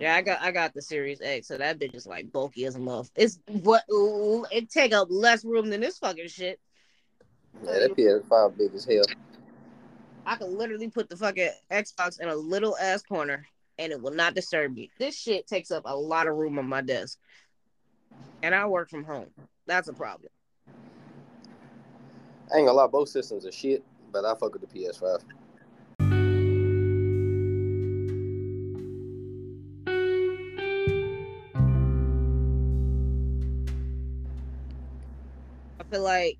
[SPEAKER 2] Yeah, I got I got the Series X, so that bitch is like bulky as a muff. It's what it take up less room than this fucking shit.
[SPEAKER 3] Yeah, that PS5 big as hell.
[SPEAKER 2] I could literally put the fucking Xbox in a little ass corner, and it will not disturb me. This shit takes up a lot of room on my desk, and I work from home. That's a problem.
[SPEAKER 3] I ain't gonna lie, both systems are shit, but I fuck with the PS5.
[SPEAKER 2] I feel like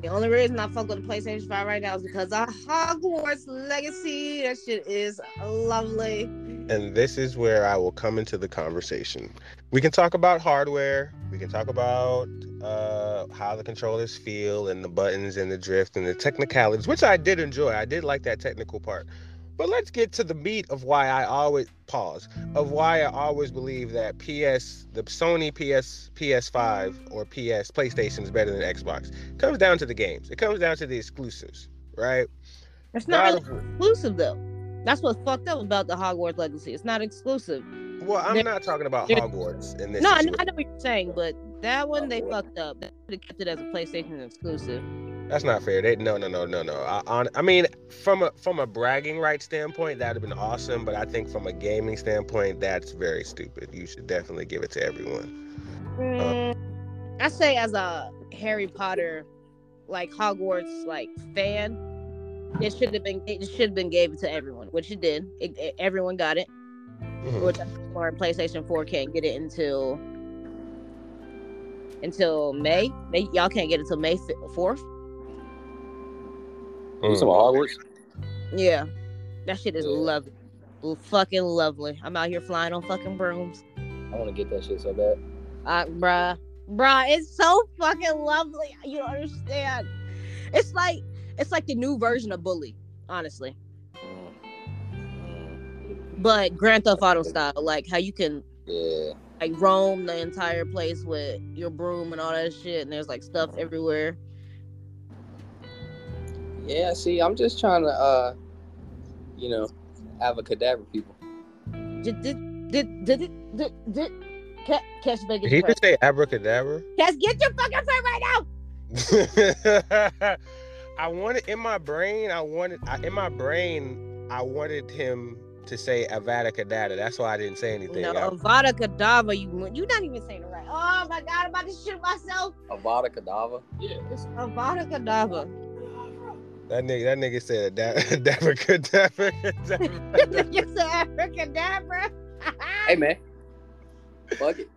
[SPEAKER 2] the only reason I fuck with the PlayStation 5 right now is because of Hogwarts Legacy. That shit is lovely.
[SPEAKER 1] and this is where I will come into the conversation. We can talk about hardware. We can talk about uh, how the controllers feel and the buttons and the drift and the technicalities, which I did enjoy. I did like that technical part. But let's get to the meat of why I always pause of why I always believe that PS, the Sony PS, PS5 or PS PlayStation is better than Xbox. comes down to the games. It comes down to the exclusives, right?
[SPEAKER 2] It's not
[SPEAKER 1] God
[SPEAKER 2] really exclusive though. That's what's fucked up about the Hogwarts Legacy. It's not exclusive.
[SPEAKER 1] Well, I'm
[SPEAKER 2] There-
[SPEAKER 1] not talking about
[SPEAKER 2] there-
[SPEAKER 1] Hogwarts in this.
[SPEAKER 2] No, I know,
[SPEAKER 1] situation.
[SPEAKER 2] I know what you're saying, but that one they fucked up. They should have kept it as a PlayStation exclusive.
[SPEAKER 1] That's not fair. They no no no no no. I, on, I mean, from a from a bragging rights standpoint, that'd have been awesome. But I think from a gaming standpoint, that's very stupid. You should definitely give it to everyone.
[SPEAKER 2] Mm, I say as a Harry Potter, like Hogwarts, like fan, it should have been it should have been given to everyone, which it did. It, it- everyone got it,
[SPEAKER 1] Mhm.
[SPEAKER 2] which I'm smart. PlayStation Four can't get it until until May. May y'all can't get it till May fourth.
[SPEAKER 1] Mm.
[SPEAKER 3] You talking about Hogwarts?
[SPEAKER 2] Yeah, that shit is
[SPEAKER 3] Yeah.
[SPEAKER 2] lovely, L- fucking lovely. I'm out here flying on fucking brooms.
[SPEAKER 3] I want to get that shit so bad.
[SPEAKER 2] Uh, bruh, bruh, it's so fucking lovely. You don't understand. It's like it's like the new version of Bully, honestly,
[SPEAKER 3] Mm. Mm.
[SPEAKER 2] but Grand Theft Auto style, like how you can
[SPEAKER 3] Yeah.
[SPEAKER 2] like roam the entire place with your broom and all that shit, and there's like stuff everywhere.
[SPEAKER 3] Yeah, see, I'm just trying to, uh, you know, have a cadaver people.
[SPEAKER 2] Did did did did did, did, did ca- catch
[SPEAKER 1] Did
[SPEAKER 2] Vegas?
[SPEAKER 1] he just say abracadabra?
[SPEAKER 2] Catch, get your fucking friend right now.
[SPEAKER 1] I wanted in my brain. I wanted I, in my brain. I wanted him to say Avada Kedavra. That's why I didn't say anything.
[SPEAKER 2] No,
[SPEAKER 1] I-
[SPEAKER 2] Avada Kedavra. You you not even saying it right. Oh my god, I'm about to shoot myself.
[SPEAKER 3] Avada Kedavra. Yeah.
[SPEAKER 2] Avada Kedavra.
[SPEAKER 1] that nigga. That nigga said Avada Kedavra.
[SPEAKER 2] it's an abracadabra.
[SPEAKER 3] Hey, man. Fuck it.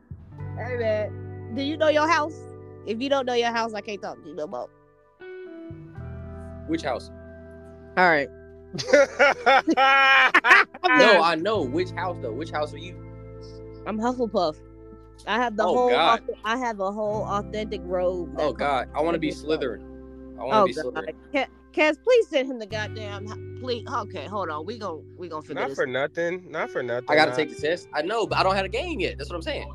[SPEAKER 2] hey man, do you know your house? If you don't know your house, I can't talk to you no more.
[SPEAKER 3] Which house?
[SPEAKER 2] All right.
[SPEAKER 3] No, I know. Which house, though? Which house are you?
[SPEAKER 2] I'm Hufflepuff. I have the
[SPEAKER 3] Oh,
[SPEAKER 2] whole.
[SPEAKER 3] God.
[SPEAKER 2] auth- I have a whole authentic robe. that
[SPEAKER 3] Oh,
[SPEAKER 2] comes-
[SPEAKER 3] God. I want to be Slytherin. I want to
[SPEAKER 2] Oh
[SPEAKER 3] be Slytherin.
[SPEAKER 2] God. Ca- Cass, please send him the goddamn. Please. Okay, hold on. We gon' we gon' figure
[SPEAKER 1] not
[SPEAKER 2] this.
[SPEAKER 1] for nothing. Not for nothing.
[SPEAKER 3] I got to
[SPEAKER 1] I-
[SPEAKER 3] take the test. I know, but I don't have a game yet. That's what I'm saying.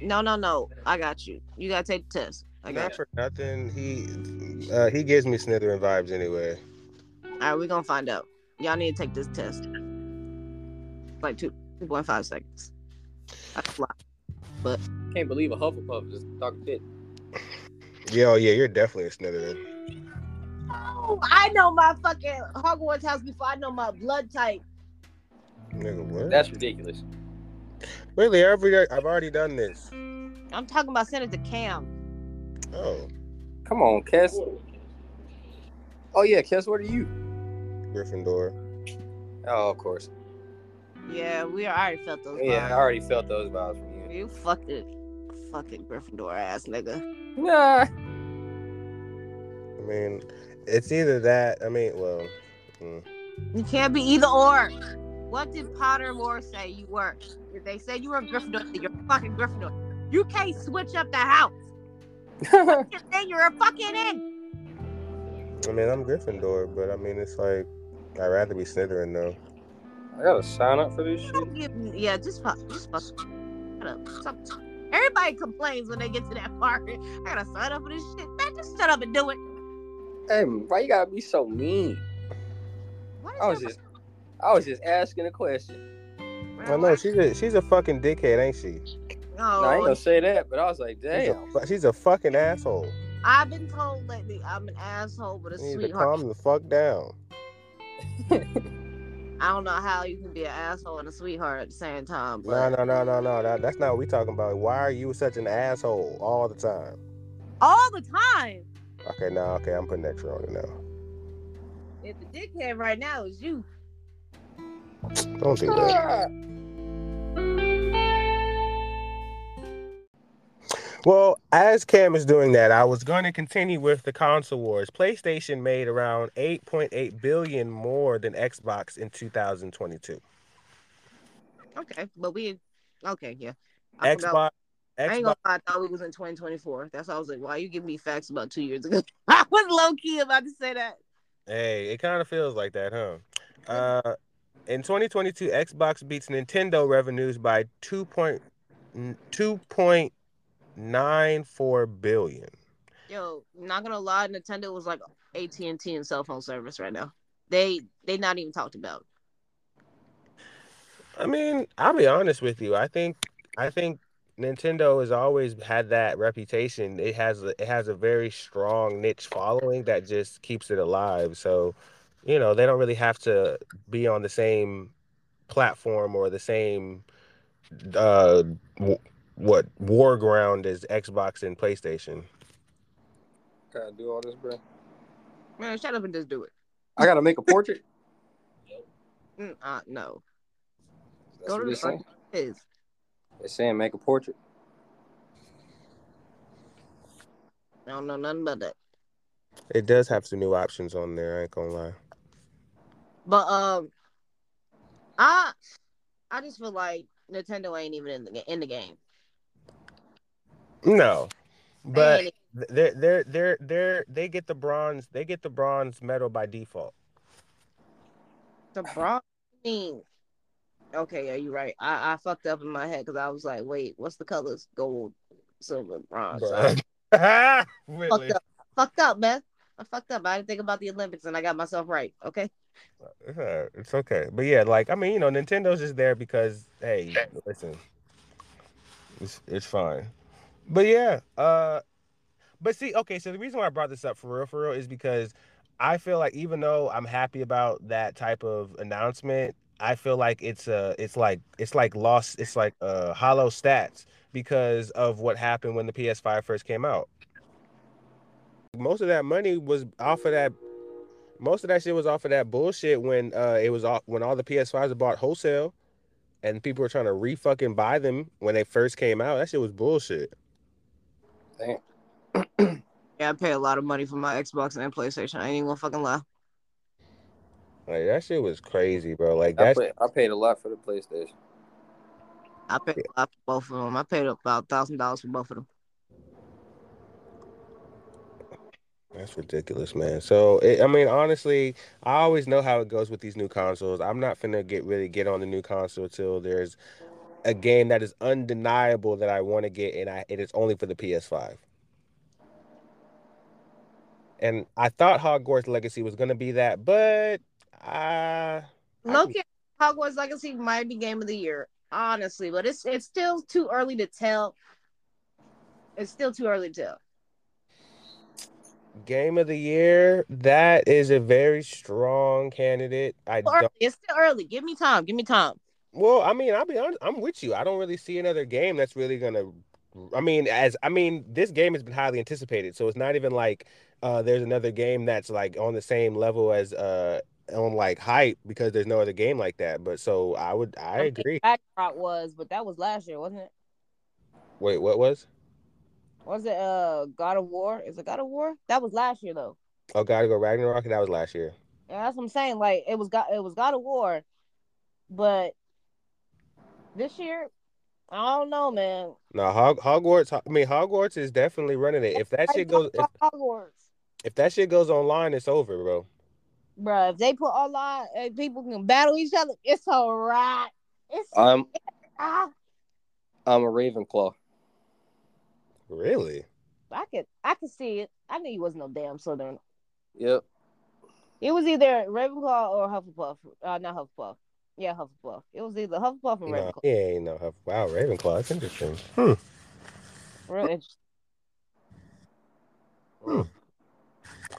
[SPEAKER 2] No, no, no. I got you. You gotta take the test. I got
[SPEAKER 1] Not for nothing. He uh, he gives me Slytherin vibes anyway.
[SPEAKER 2] All right, we're gonna find out. Y'all need to take this test. Like two two point five seconds. That's a lot.
[SPEAKER 3] Can't believe a Hufflepuff just talking shit.
[SPEAKER 1] Yeah, oh yeah, you're definitely a Slytherin.
[SPEAKER 2] Oh, I know my fucking Hogwarts house before I know my blood type.
[SPEAKER 1] Nigga, what?
[SPEAKER 3] That's ridiculous.
[SPEAKER 1] really every day. I've already done this.
[SPEAKER 2] I'm talking about sending to Cam.
[SPEAKER 1] Oh,
[SPEAKER 3] Come on, Kes. Oh yeah, Kes, what are you?
[SPEAKER 1] Gryffindor.
[SPEAKER 3] Oh, of course.
[SPEAKER 2] Yeah, we already felt those.
[SPEAKER 3] Yeah, I
[SPEAKER 2] vibes.
[SPEAKER 3] already felt those vibes from you.
[SPEAKER 2] You fucking fucking Gryffindor ass nigga.
[SPEAKER 3] Nah.
[SPEAKER 1] I mean, it's either that. I mean, well,
[SPEAKER 2] You can't be either or. What did Potter Moore say you were? If they said you were a Gryffindor, then you're fucking Gryffindor. You can't switch up the house. Then you're a fucking in.
[SPEAKER 1] I mean, I'm Gryffindor, but I mean, it's like I'd rather be Slytherin though.
[SPEAKER 3] I gotta sign up for this shit.
[SPEAKER 2] Don't give me- yeah, just fuck, just fuck. Shut up. Stop. Everybody complains when they get to that part. I gotta sign up for this shit. Man, just shut up and do it.
[SPEAKER 3] Hey, why you gotta be so mean?
[SPEAKER 2] What is
[SPEAKER 3] I was
[SPEAKER 2] your-
[SPEAKER 3] just, I was just asking a question.
[SPEAKER 1] I know she's a she's a fucking dickhead, ain't she?
[SPEAKER 3] No, I ain't
[SPEAKER 2] No,
[SPEAKER 3] gonna say that, but I was like,
[SPEAKER 1] She's
[SPEAKER 3] damn.
[SPEAKER 1] a, fu- she's a fucking asshole.
[SPEAKER 2] I've been told lately I'm an asshole, but a
[SPEAKER 1] You need to
[SPEAKER 2] sweetheart.
[SPEAKER 1] calm the fuck down.
[SPEAKER 2] I don't know how you can be an asshole and a sweetheart at the same time.
[SPEAKER 1] No,
[SPEAKER 2] But...
[SPEAKER 1] no, no, no, no. That, that's not what we talking about. Why are you such an asshole all the time?
[SPEAKER 2] All the time.
[SPEAKER 1] Okay, now, okay, I'm putting extra on it now.
[SPEAKER 2] If the dickhead right now is you.
[SPEAKER 1] Don't do that. Well, as Cam is doing that, I was going to continue with the console wars. PlayStation made around 8.8 billion more than Xbox in 2022.
[SPEAKER 2] Okay, but we okay, yeah. I forgot-
[SPEAKER 1] Xbox.
[SPEAKER 2] I ain't
[SPEAKER 1] Xbox.
[SPEAKER 2] gonna lie, I thought we was in 2024. That's why I was like, why you give me facts about two years ago? I was low key about to say that.
[SPEAKER 1] Hey, it kind of feels like that, huh? Uh, in 2022, Xbox beats Nintendo revenues by 2.2.94 billion.
[SPEAKER 2] Yo, not gonna lie, Nintendo was like AT and T and cell phone service right now. They they not even talked about.
[SPEAKER 1] I mean, I'll be honest with you. I think I think Nintendo has always had that reputation. It has a- it has a very strong niche following that just keeps it alive. So, you know, they don't really have to be on the same platform or the same uh w- what war ground as Xbox and PlayStation.
[SPEAKER 3] Gotta do all this, bro.
[SPEAKER 2] Man, shut up and just do it.
[SPEAKER 3] I gotta make a portrait.
[SPEAKER 2] Mm, uh, no,
[SPEAKER 3] That's
[SPEAKER 2] Go
[SPEAKER 3] what
[SPEAKER 2] to
[SPEAKER 3] it's
[SPEAKER 2] the-
[SPEAKER 3] saying.
[SPEAKER 2] is
[SPEAKER 3] It's saying make a portrait.
[SPEAKER 2] I don't know nothing about that.
[SPEAKER 1] It does have some new options on there, I ain't gonna lie.
[SPEAKER 2] But um, I I just feel like Nintendo ain't even in the ga- in the game.
[SPEAKER 1] No.
[SPEAKER 2] They
[SPEAKER 1] But
[SPEAKER 2] ain't-
[SPEAKER 1] they're they're they're they're they get the bronze they get the bronze medal by default.
[SPEAKER 2] the bronze I mean, Okay, yeah, you're right. I, I fucked up in my head because I was like, wait, what's the colors? Gold, silver, bronze. I
[SPEAKER 1] Whitley.
[SPEAKER 2] fucked up. Fucked up, man. I fucked up. I didn't think about the Olympics and I got myself right. Okay.
[SPEAKER 1] It's all right. It's okay, but yeah, like I mean, you know, Nintendo's just there because hey, listen, it's it's fine. But yeah, uh, but see, okay, so the reason why I brought this up for real, for real, is because I feel like even though I'm happy about that type of announcement, I feel like it's uh it's like it's like lost, it's like uh hollow stats because of what happened when the PS5 first came out. Most of that money was off of that. Most of that shit was off of that bullshit when uh it was all when all the PS5s were bought wholesale, and people were trying to re fucking buy them when they first came out. That shit was bullshit.
[SPEAKER 3] Damn.
[SPEAKER 2] Yeah, I pay a lot of money for my Xbox and PlayStation. I ain't even gonna fucking lie.
[SPEAKER 1] Like that shit was crazy, bro. Like
[SPEAKER 3] I,
[SPEAKER 1] that's
[SPEAKER 3] pay, I paid a lot for the PlayStation.
[SPEAKER 2] I paid a lot for both of them. I paid about thousand dollars for both of them.
[SPEAKER 1] That's ridiculous, man. So it, I mean, honestly, I always know how it goes with these new consoles. I'm not finna get really get on the new console till there's a game that is undeniable that I want to get, and I it is only for the PS5. And I thought Hogwarts Legacy was gonna be that, but uh
[SPEAKER 2] Loki Hogwarts Legacy might be game of the year, honestly, but it's it's still too early to tell. It's still too early to tell.
[SPEAKER 1] game of the year that is a very strong candidate. I
[SPEAKER 2] Still
[SPEAKER 1] don't.
[SPEAKER 2] early. It's still early. Give me time. Give me time.
[SPEAKER 1] Well, I mean, I'll be honest, I'm with you. I don't really see another game that's really gonna. I mean, as I mean, this game has been highly anticipated, so it's not even like uh, there's another game that's like on the same level as uh, on like hype because there's no other game like that. But so I would, I
[SPEAKER 2] don't think
[SPEAKER 1] agree.
[SPEAKER 2] Backdrop was, but that was last year, wasn't it?
[SPEAKER 1] Wait, what was?
[SPEAKER 2] Was it uh God of War? Is it God of War? That was last year though.
[SPEAKER 1] Oh, gotta go Ragnarok. That was last year.
[SPEAKER 2] Yeah, that's what I'm saying. Like it was God, it was God of War, but this year, I don't know, man.
[SPEAKER 1] No, Hog- Hogwarts. I mean, Hogwarts is definitely running it. If that
[SPEAKER 2] Like,
[SPEAKER 1] shit goes, if,
[SPEAKER 2] Hogwarts,
[SPEAKER 1] if that shit goes online, it's over, bro.
[SPEAKER 2] bro. If they put online, if people can battle each other, it's all right. It's
[SPEAKER 3] I'm
[SPEAKER 2] ah,
[SPEAKER 3] I'm a Ravenclaw.
[SPEAKER 1] Really?
[SPEAKER 2] I could, I could see it. I knew you wasn't no damn Southern.
[SPEAKER 3] Yep.
[SPEAKER 2] It was either Ravenclaw or Hufflepuff. Uh, not Hufflepuff. Yeah, Hufflepuff. It was either Hufflepuff or
[SPEAKER 1] No,
[SPEAKER 2] Ravenclaw.
[SPEAKER 1] he ain't no. Huff- Wow, Ravenclaw. That's interesting.
[SPEAKER 2] Real interesting.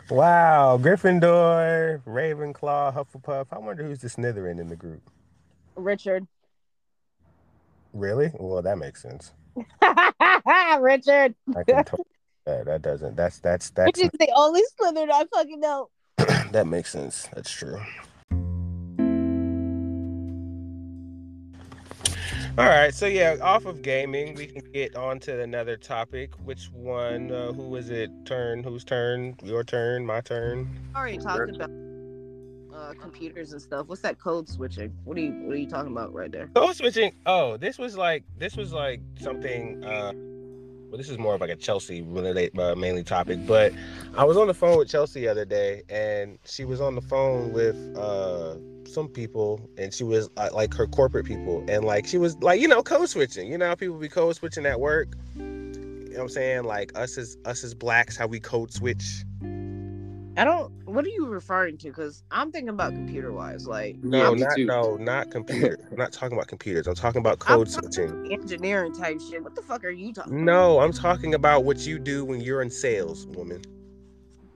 [SPEAKER 1] Wow, Gryffindor, Ravenclaw, Hufflepuff. I wonder who's the Slytherin in the group.
[SPEAKER 2] Richard.
[SPEAKER 1] Really? Well, that makes sense.
[SPEAKER 2] Richard.
[SPEAKER 1] I can totally that. That doesn't. That's that's that's
[SPEAKER 2] Richard's the only Slytherin I fucking know.
[SPEAKER 1] that makes sense. That's true. All right, so yeah, off of gaming, we can get on to another topic. Which one? Uh, who is it? Turn? Whose turn? Your turn? My turn?
[SPEAKER 2] already talked about uh, computers and stuff. What's that code switching? What are you What are you talking about right there?
[SPEAKER 1] Code switching. Oh, this was like this was like something. Uh, well, this is more of like a Chelsea related uh, mainly topic. But I was on the phone with Chelsea the other day, and she was on the phone with uh, some people, and she was uh, like her corporate people, and like she was like you know code switching. You know how people be code switching at work. You know what I'm saying? Like us as us as blacks, how we code switch.
[SPEAKER 2] I don't. What are you referring to? Because I'm thinking about computer wise, like
[SPEAKER 3] Nah,
[SPEAKER 1] No,
[SPEAKER 3] me
[SPEAKER 1] not
[SPEAKER 3] too.
[SPEAKER 1] no, not computer. I'm not talking about computers. I'm talking about code
[SPEAKER 2] I'm talking
[SPEAKER 1] switching.
[SPEAKER 2] engineering type shit. What the fuck are you talking?
[SPEAKER 1] No, I'm talking about what you do when you're in sales, woman.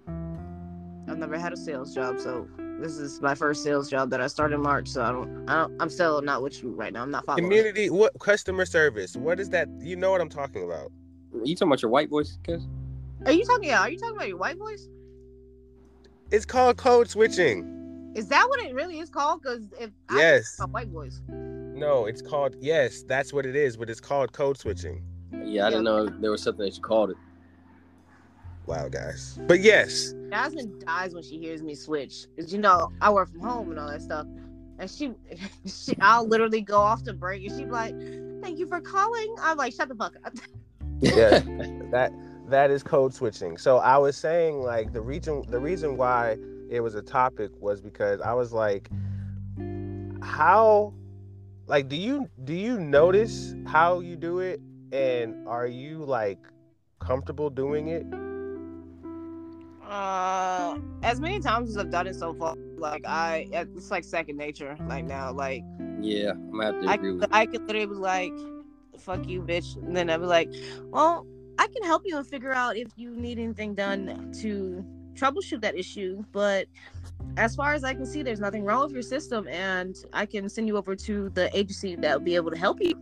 [SPEAKER 2] I've never had a sales job, so this is my first sales job that I started in March. So I don't. I don't. I'm still not with you right now. I'm not following.
[SPEAKER 1] Community, what customer service? What is that? You know what I'm talking about.
[SPEAKER 3] You talking about your white voice, cuz?
[SPEAKER 2] Are you talking? Yeah, are you talking about your white voice?
[SPEAKER 1] It's called code switching.
[SPEAKER 2] Is that what it really is called? Because if I think
[SPEAKER 1] Yes.
[SPEAKER 2] about white voice,
[SPEAKER 1] No, it's called yes. That's what it is, but it's called code switching.
[SPEAKER 3] Yeah, I didn't know there was something that you called it.
[SPEAKER 1] Wow, guys. But yes,
[SPEAKER 2] Jasmine dies when she hears me switch. 'Cause, you know I work from home and all that stuff, and she, she I'll literally go off to break and she'd be like, "Thank you for calling." I'm like, "Shut the fuck up."
[SPEAKER 1] yeah, that that is code switching. So I was saying like the reason the reason why it was a topic was because I was like, how, like, do you do you notice how you do it, and are you like comfortable doing it?
[SPEAKER 2] Uh, as many times as I've done it so far, like I, it's like second nature. Like now, like
[SPEAKER 3] Yeah, I'm gonna have to
[SPEAKER 2] I,
[SPEAKER 3] agree with
[SPEAKER 2] I could literally be like, "Fuck you, bitch," and then I'd be like, "Well, I can help you and figure out if you need anything done to troubleshoot that issue." But as far as I can see, there's nothing wrong with your system, and I can send you over to the agency that will be able to help you.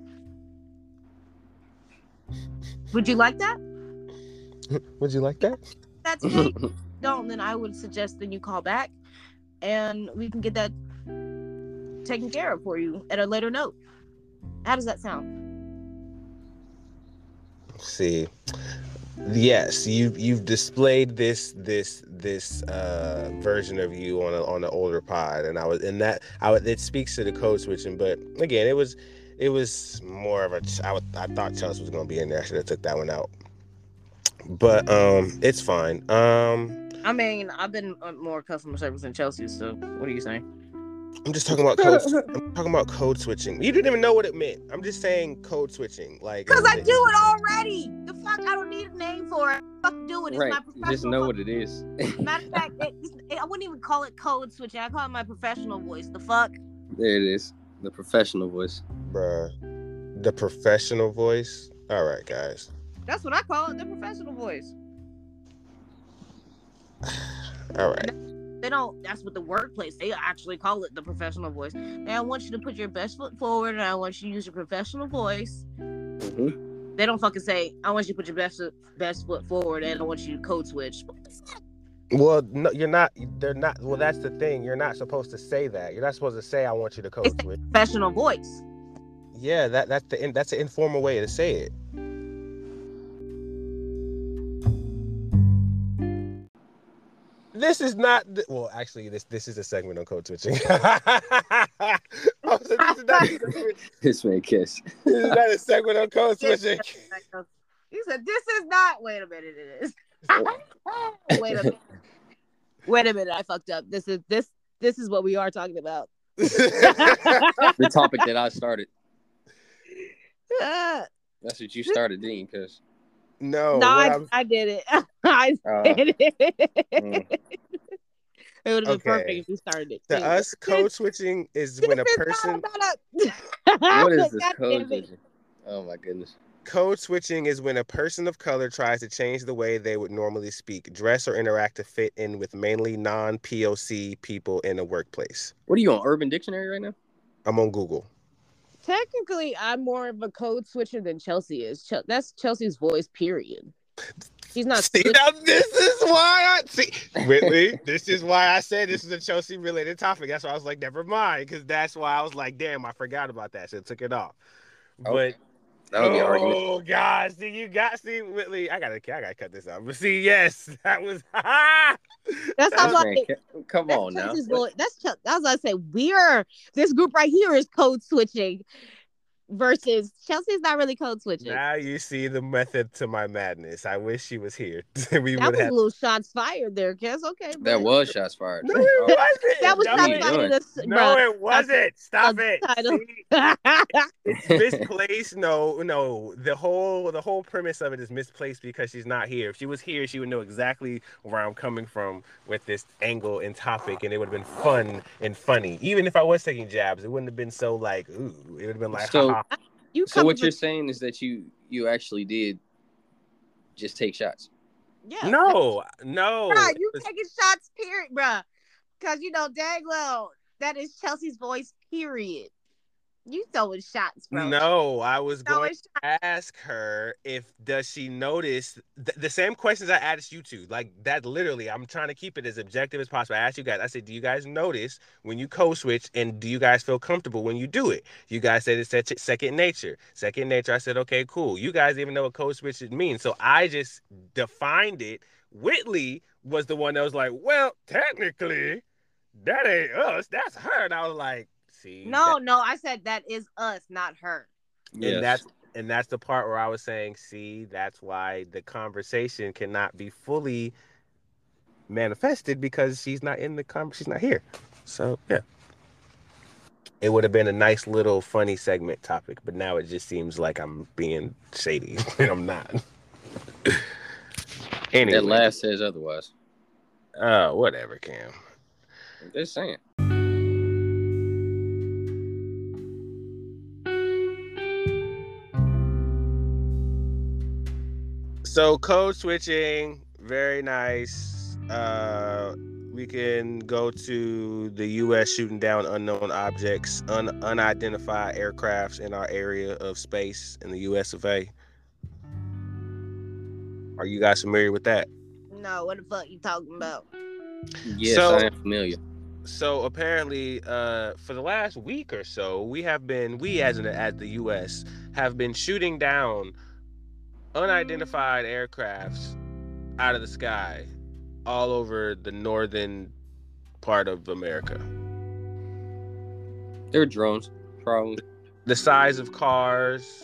[SPEAKER 2] Would you like that?
[SPEAKER 1] Would you like that?
[SPEAKER 2] That's me.
[SPEAKER 3] you.
[SPEAKER 2] don't, then I would suggest then you call back and we can get that taken care of for you at a later note. How does that sound?
[SPEAKER 1] see yes you you've displayed this this this uh version of you on a, on an older pod and i was and that i would it speaks to the code switching but again it was it was more of a ch- i, would, I thought chelsea was gonna be in there i should have took that one out but um it's fine um
[SPEAKER 2] I mean, I've been uh, more customer service than Chelsea, so what are you saying?
[SPEAKER 1] i'm just talking about code i'm talking about code switching you didn't even know what it meant i'm just saying code switching like um,
[SPEAKER 2] Because I do it already. The fuck, I don't need a name for it. Fuck, do it. It's
[SPEAKER 3] right.
[SPEAKER 2] my
[SPEAKER 3] you
[SPEAKER 2] professional.
[SPEAKER 3] Just know what it is.
[SPEAKER 2] Matter of fact, it, it- I wouldn't even call it code switching. I call it my professional voice. The fuck?
[SPEAKER 3] There it is. The professional voice.
[SPEAKER 1] bruh the professional voice all right guys
[SPEAKER 2] That's what I call it. The professional voice.
[SPEAKER 1] all right
[SPEAKER 2] they don't that's what the workplace they actually call it the professional voice and i want you to put your best foot forward and i want you to use your professional voice
[SPEAKER 1] Mm-hmm.
[SPEAKER 3] Mhm.
[SPEAKER 2] they don't fucking say i want you to put your best best foot forward and i want you to code switch
[SPEAKER 1] Well, no, you're not. They're not. Well, that's the thing. You're not supposed to say that. You're not supposed to say, "I want you to coach
[SPEAKER 2] It's-
[SPEAKER 1] with."
[SPEAKER 2] professional voice
[SPEAKER 1] Yeah, that that's the in- that's an informal way to say it. This is not the, well. Actually, this this is a segment on code switching. Oh, so this, is not,
[SPEAKER 3] This man kiss.
[SPEAKER 1] this is not a segment on code switching.
[SPEAKER 2] you said this is not wait a minute it is wait a minute wait a minute i fucked up this is this this is what we are talking about
[SPEAKER 3] The topic that I started.
[SPEAKER 2] Ah,
[SPEAKER 3] That's what you started, Dean, cuz.
[SPEAKER 1] no, what
[SPEAKER 2] no I,
[SPEAKER 1] I'm-
[SPEAKER 2] I did it i
[SPEAKER 3] Uh,
[SPEAKER 2] did it
[SPEAKER 3] mm.
[SPEAKER 2] It would have been perfect
[SPEAKER 1] Okay.
[SPEAKER 2] if you started it.
[SPEAKER 1] to us, code switching is when a person
[SPEAKER 3] what is this code? vision? Oh my goodness.
[SPEAKER 1] Code switching is when a person of color tries to change the way they would normally speak, dress, or interact to fit in with mainly non POC people in a workplace.
[SPEAKER 3] What are you on Urban Dictionary right now?
[SPEAKER 1] I'm on Google.
[SPEAKER 2] Technically, I'm more of a code switcher than Chelsea is. Chel- that's Chelsea's voice, period. She's not.
[SPEAKER 1] see,
[SPEAKER 2] switch-
[SPEAKER 1] now this is why I see Whitley. this is why I said this is a Chelsea related topic. That's why I was like, never mind, because that's why I was like, damn, I forgot about that. So I took it off. But
[SPEAKER 3] Oh, That would be an argument.
[SPEAKER 1] Oh gosh, see you got see Whitley. I gotta I gotta cut this out. But see, yes, that was That's
[SPEAKER 2] That's how
[SPEAKER 3] This
[SPEAKER 2] like
[SPEAKER 3] man ca- come
[SPEAKER 2] that's
[SPEAKER 3] on now.
[SPEAKER 2] Chelsea's bull- that's Chel- that's what I say. We are this group right here is code switching versus Chelsea's not really code switching.
[SPEAKER 1] now you see the method to my madness. I wish she was here. we
[SPEAKER 2] that
[SPEAKER 1] would
[SPEAKER 2] was
[SPEAKER 1] have
[SPEAKER 2] little shots fired there, Kes. Okay,
[SPEAKER 3] That
[SPEAKER 2] but-
[SPEAKER 3] was shots fired.
[SPEAKER 1] No, it
[SPEAKER 3] Oh,
[SPEAKER 1] wasn't.
[SPEAKER 2] that was
[SPEAKER 3] That
[SPEAKER 2] shots
[SPEAKER 3] was-
[SPEAKER 2] fired. in us,
[SPEAKER 1] No, it wasn't. Stop
[SPEAKER 2] the
[SPEAKER 1] it.
[SPEAKER 2] title.
[SPEAKER 1] See,
[SPEAKER 2] bruh.
[SPEAKER 1] it's misplaced. No, no. The whole the whole premise of it is misplaced because she's not here. If she was here, she would know exactly where I'm coming from with this angle and topic, and it would have been fun and funny. Even if I was taking jabs, it wouldn't have been so like ooh. It would have been like
[SPEAKER 3] So-
[SPEAKER 1] ha, ha.
[SPEAKER 2] you
[SPEAKER 3] so what
[SPEAKER 2] covered-
[SPEAKER 3] you're saying is that you you actually did just take shots.
[SPEAKER 2] yeah.
[SPEAKER 1] no, no.
[SPEAKER 2] Bruh, you
[SPEAKER 1] It was-
[SPEAKER 2] taking shots, period, bruh. Cause you know, dang well, that is Chelsea's voice, period. You throwing shots, bro.
[SPEAKER 1] no, I was going
[SPEAKER 2] Throwing shots.
[SPEAKER 1] ask her if does she notice th- the same questions I asked you two. Like that literally, I'm trying to keep it as objective as possible. I asked you guys, I said, do you guys notice when you code switch and do you guys feel comfortable when you do it? You guys said it's such- second nature. Second nature, I said, okay, cool. You guys even know what code switch it means. So I just defined it. Whitley was the one that was like, well, technically, that ain't us. That's her. And I was like, see.
[SPEAKER 2] No, no, I said that is us, not her.
[SPEAKER 1] And that's and that's the part where I was saying, see, that's why the conversation cannot be fully manifested because she's not in the con she's not here. So yeah. It would have been a nice little funny segment topic, but now it just seems like I'm being shady and I'm not. anyway,
[SPEAKER 3] that last says otherwise.
[SPEAKER 1] uh, whatever, Cam.
[SPEAKER 3] I'm just saying.
[SPEAKER 1] So code switching, very nice. Uh, we can go to the U.S. shooting down unknown objects, un- unidentified aircrafts in our area of space in the U.S. of A. Are you guys familiar with that?
[SPEAKER 2] No, what the fuck you talking about?
[SPEAKER 3] Yes,
[SPEAKER 1] So-
[SPEAKER 3] I am familiar.
[SPEAKER 1] so apparently uh for the last week or so we have been we as an as the us have been shooting down unidentified aircrafts out of the sky all over the northern part of america
[SPEAKER 3] They're drones, probably.
[SPEAKER 1] the size of cars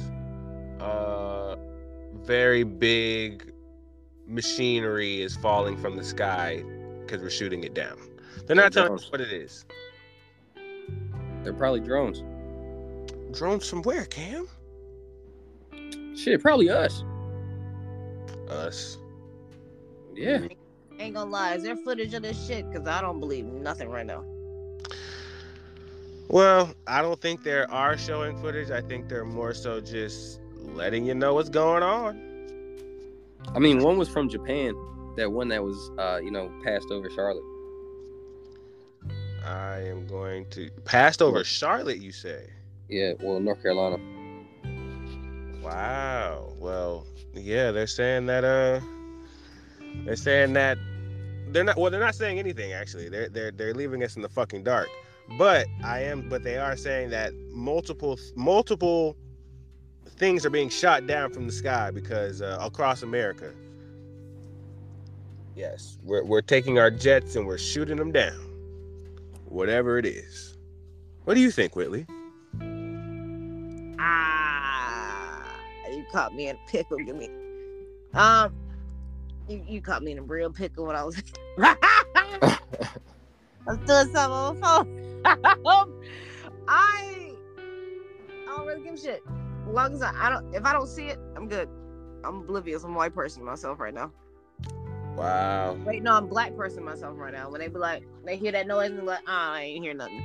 [SPEAKER 1] uh very big machinery is falling from the sky because we're shooting it down they're not telling us what it is
[SPEAKER 3] They're probably drones.
[SPEAKER 1] drones from where cam
[SPEAKER 3] Shit, probably us.
[SPEAKER 1] us
[SPEAKER 3] Yeah.
[SPEAKER 2] Ain't gonna lie, is there footage of this shit? Cause I don't believe nothing right now.
[SPEAKER 1] Well, I don't think there are showing footage. I think they're more so just letting you know what's going on.
[SPEAKER 3] I mean, one was from Japan. That one that was, uh, you know, passed over Charlotte.
[SPEAKER 1] I am going to passed over Charlotte, you say?
[SPEAKER 3] Yeah, well, North Carolina.
[SPEAKER 1] Wow. Well, yeah, they're saying that uh they're saying that they're not well, they're not saying anything actually. They're they're they're leaving us in the fucking dark. But I am but they are saying that multiple multiple things are being shot down from the sky because uh, across America. Yes, we're we're taking our jets and we're shooting them down. Whatever it is. What do you think, Whitley?
[SPEAKER 2] Ah, you caught me in a pickle. Give me, um, you, you caught me in a real pickle when I was. I was doing something on my phone. I, I don't really give a shit. As long as I, I don't, if I don't see it, I'm good. I'm oblivious. I'm a white person myself right now.
[SPEAKER 1] Wow.
[SPEAKER 2] Wait, no, I'm a black person myself right now. When they be like, they hear that noise and be like, ah, I ain't hear nothing.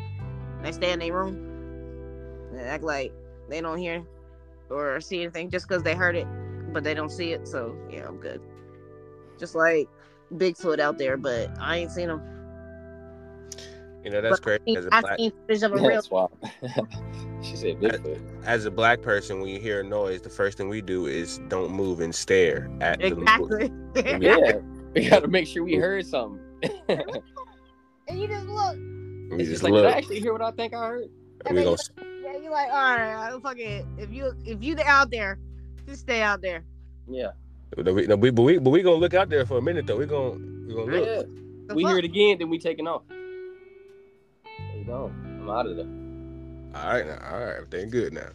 [SPEAKER 2] And they stay in their room and act like they don't hear or see anything just because they heard it, but they don't see it. So yeah, I'm good. Just like Bigfoot out there, but I ain't seen him.
[SPEAKER 1] You know, that's
[SPEAKER 2] But I
[SPEAKER 1] crazy. As a
[SPEAKER 2] seen- I
[SPEAKER 1] black-
[SPEAKER 2] seen footage of a real.
[SPEAKER 3] That's why. she said Bigfoot.
[SPEAKER 1] as a black person, when you hear a noise, the first thing we do is don't move and stare at the
[SPEAKER 2] Exactly. and
[SPEAKER 3] Yeah. We got to make sure we heard something.
[SPEAKER 2] you just look.
[SPEAKER 1] We
[SPEAKER 3] It's
[SPEAKER 1] just
[SPEAKER 3] just like, did I
[SPEAKER 1] look.
[SPEAKER 3] actually hear what I think I heard?
[SPEAKER 1] We gonna,
[SPEAKER 2] Yeah, you like, all right, fuck it. If you if you out there, just stay out there.
[SPEAKER 5] Yeah.
[SPEAKER 1] No, we, no, we, but we but we gonna look out there for a minute though. We gonna we gonna look.
[SPEAKER 5] yeah.
[SPEAKER 2] The
[SPEAKER 5] We
[SPEAKER 2] fuck?
[SPEAKER 5] hear it again, then we taking off.
[SPEAKER 3] There you go. I'm out of there.
[SPEAKER 1] All right, now, all right, everything good now.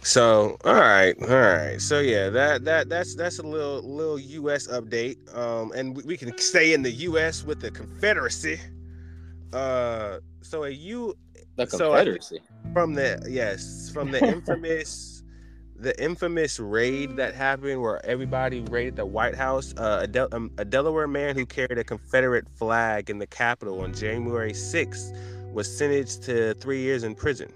[SPEAKER 1] So, all right, all right. So yeah, that that that's that's a little little U.S. update. Um, and we, we can stay in the U.S. with the Confederacy. Uh, so a U
[SPEAKER 3] The
[SPEAKER 1] So I-
[SPEAKER 3] Confederacy.
[SPEAKER 1] from the yes from the infamous the infamous raid that happened where everybody raided the White House. Uh, a, Del- um, a Delaware man who carried a Confederate flag in the Capitol on January 6th was sentenced to three years in prison.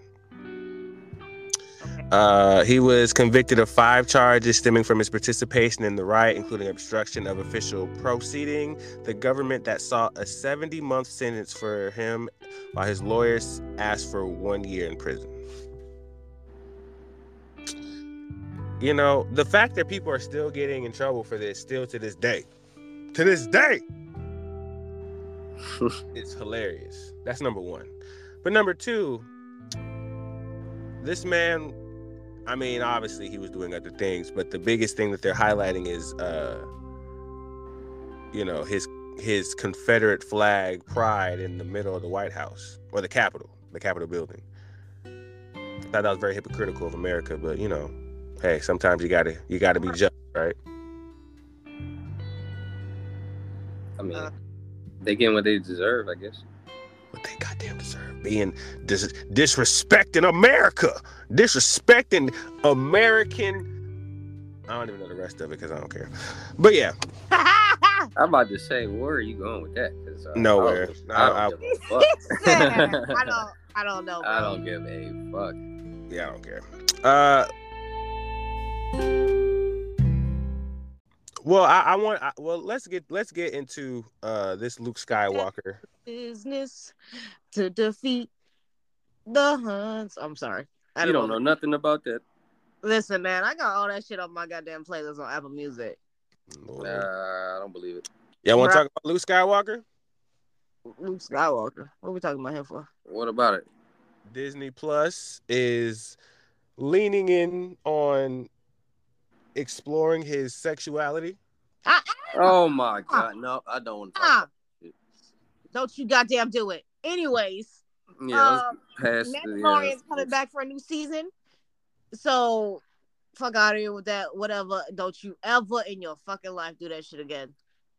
[SPEAKER 1] Uh, he was convicted of five charges stemming from his participation in the riot, including obstruction of official proceeding. The government that sought a 70 month sentence for him, while his lawyers asked for one year in prison. You know, the fact that people are still getting in trouble for this, still to this day, to this day, it's hilarious. That's number one. But number two, this man, I mean, obviously he was doing other things, but the biggest thing that they're highlighting is, uh, you know, his his Confederate flag pride in the middle of the White House or the Capitol, the Capitol building. I thought that was very hypocritical of America, but you know, hey, sometimes you gotta you gotta be just right.
[SPEAKER 3] I mean,
[SPEAKER 2] Uh.
[SPEAKER 3] they getting what they deserve, I guess.
[SPEAKER 1] What they goddamn deserve being dis- disrespecting America, disrespecting American. I don't even know the rest of it because I don't care. But yeah,
[SPEAKER 3] I'm about to say, where are you going with that? 'Cause, uh,
[SPEAKER 1] Nowhere.
[SPEAKER 3] I don't,
[SPEAKER 1] No,
[SPEAKER 3] I
[SPEAKER 1] I-
[SPEAKER 3] don't
[SPEAKER 2] He
[SPEAKER 3] give a fuck.
[SPEAKER 2] said, I don't I don't know.
[SPEAKER 3] I
[SPEAKER 2] bro.
[SPEAKER 3] don't give a fuck.
[SPEAKER 1] yeah, I don't care. Uh, well, I, I want. I, well, let's get let's get into uh this Luke Skywalker.
[SPEAKER 2] Business to defeat the Huns. I'm sorry. I
[SPEAKER 3] you don't know nothing about that.
[SPEAKER 2] Listen, man, I got all that shit on my goddamn playlist on Apple Music.
[SPEAKER 1] Lord.
[SPEAKER 3] Nah, I don't believe it.
[SPEAKER 1] Y'all want to
[SPEAKER 2] Bruh.
[SPEAKER 1] talk about Luke Skywalker?
[SPEAKER 2] Luke Skywalker. What are we talking about him for?
[SPEAKER 3] What about it?
[SPEAKER 1] Disney Plus is leaning in on exploring his sexuality.
[SPEAKER 2] Ah,
[SPEAKER 3] Oh my god, no, I don't want to
[SPEAKER 2] ah,
[SPEAKER 3] talk.
[SPEAKER 2] ah. Don't you goddamn do it. Anyways,
[SPEAKER 3] about it. Yeah, let's
[SPEAKER 2] um,
[SPEAKER 3] pass. the-
[SPEAKER 2] Mandalorian's
[SPEAKER 3] yeah,
[SPEAKER 2] coming back for a new season. So fuck out of here with that. Whatever. Don't you ever in your fucking life do that shit again.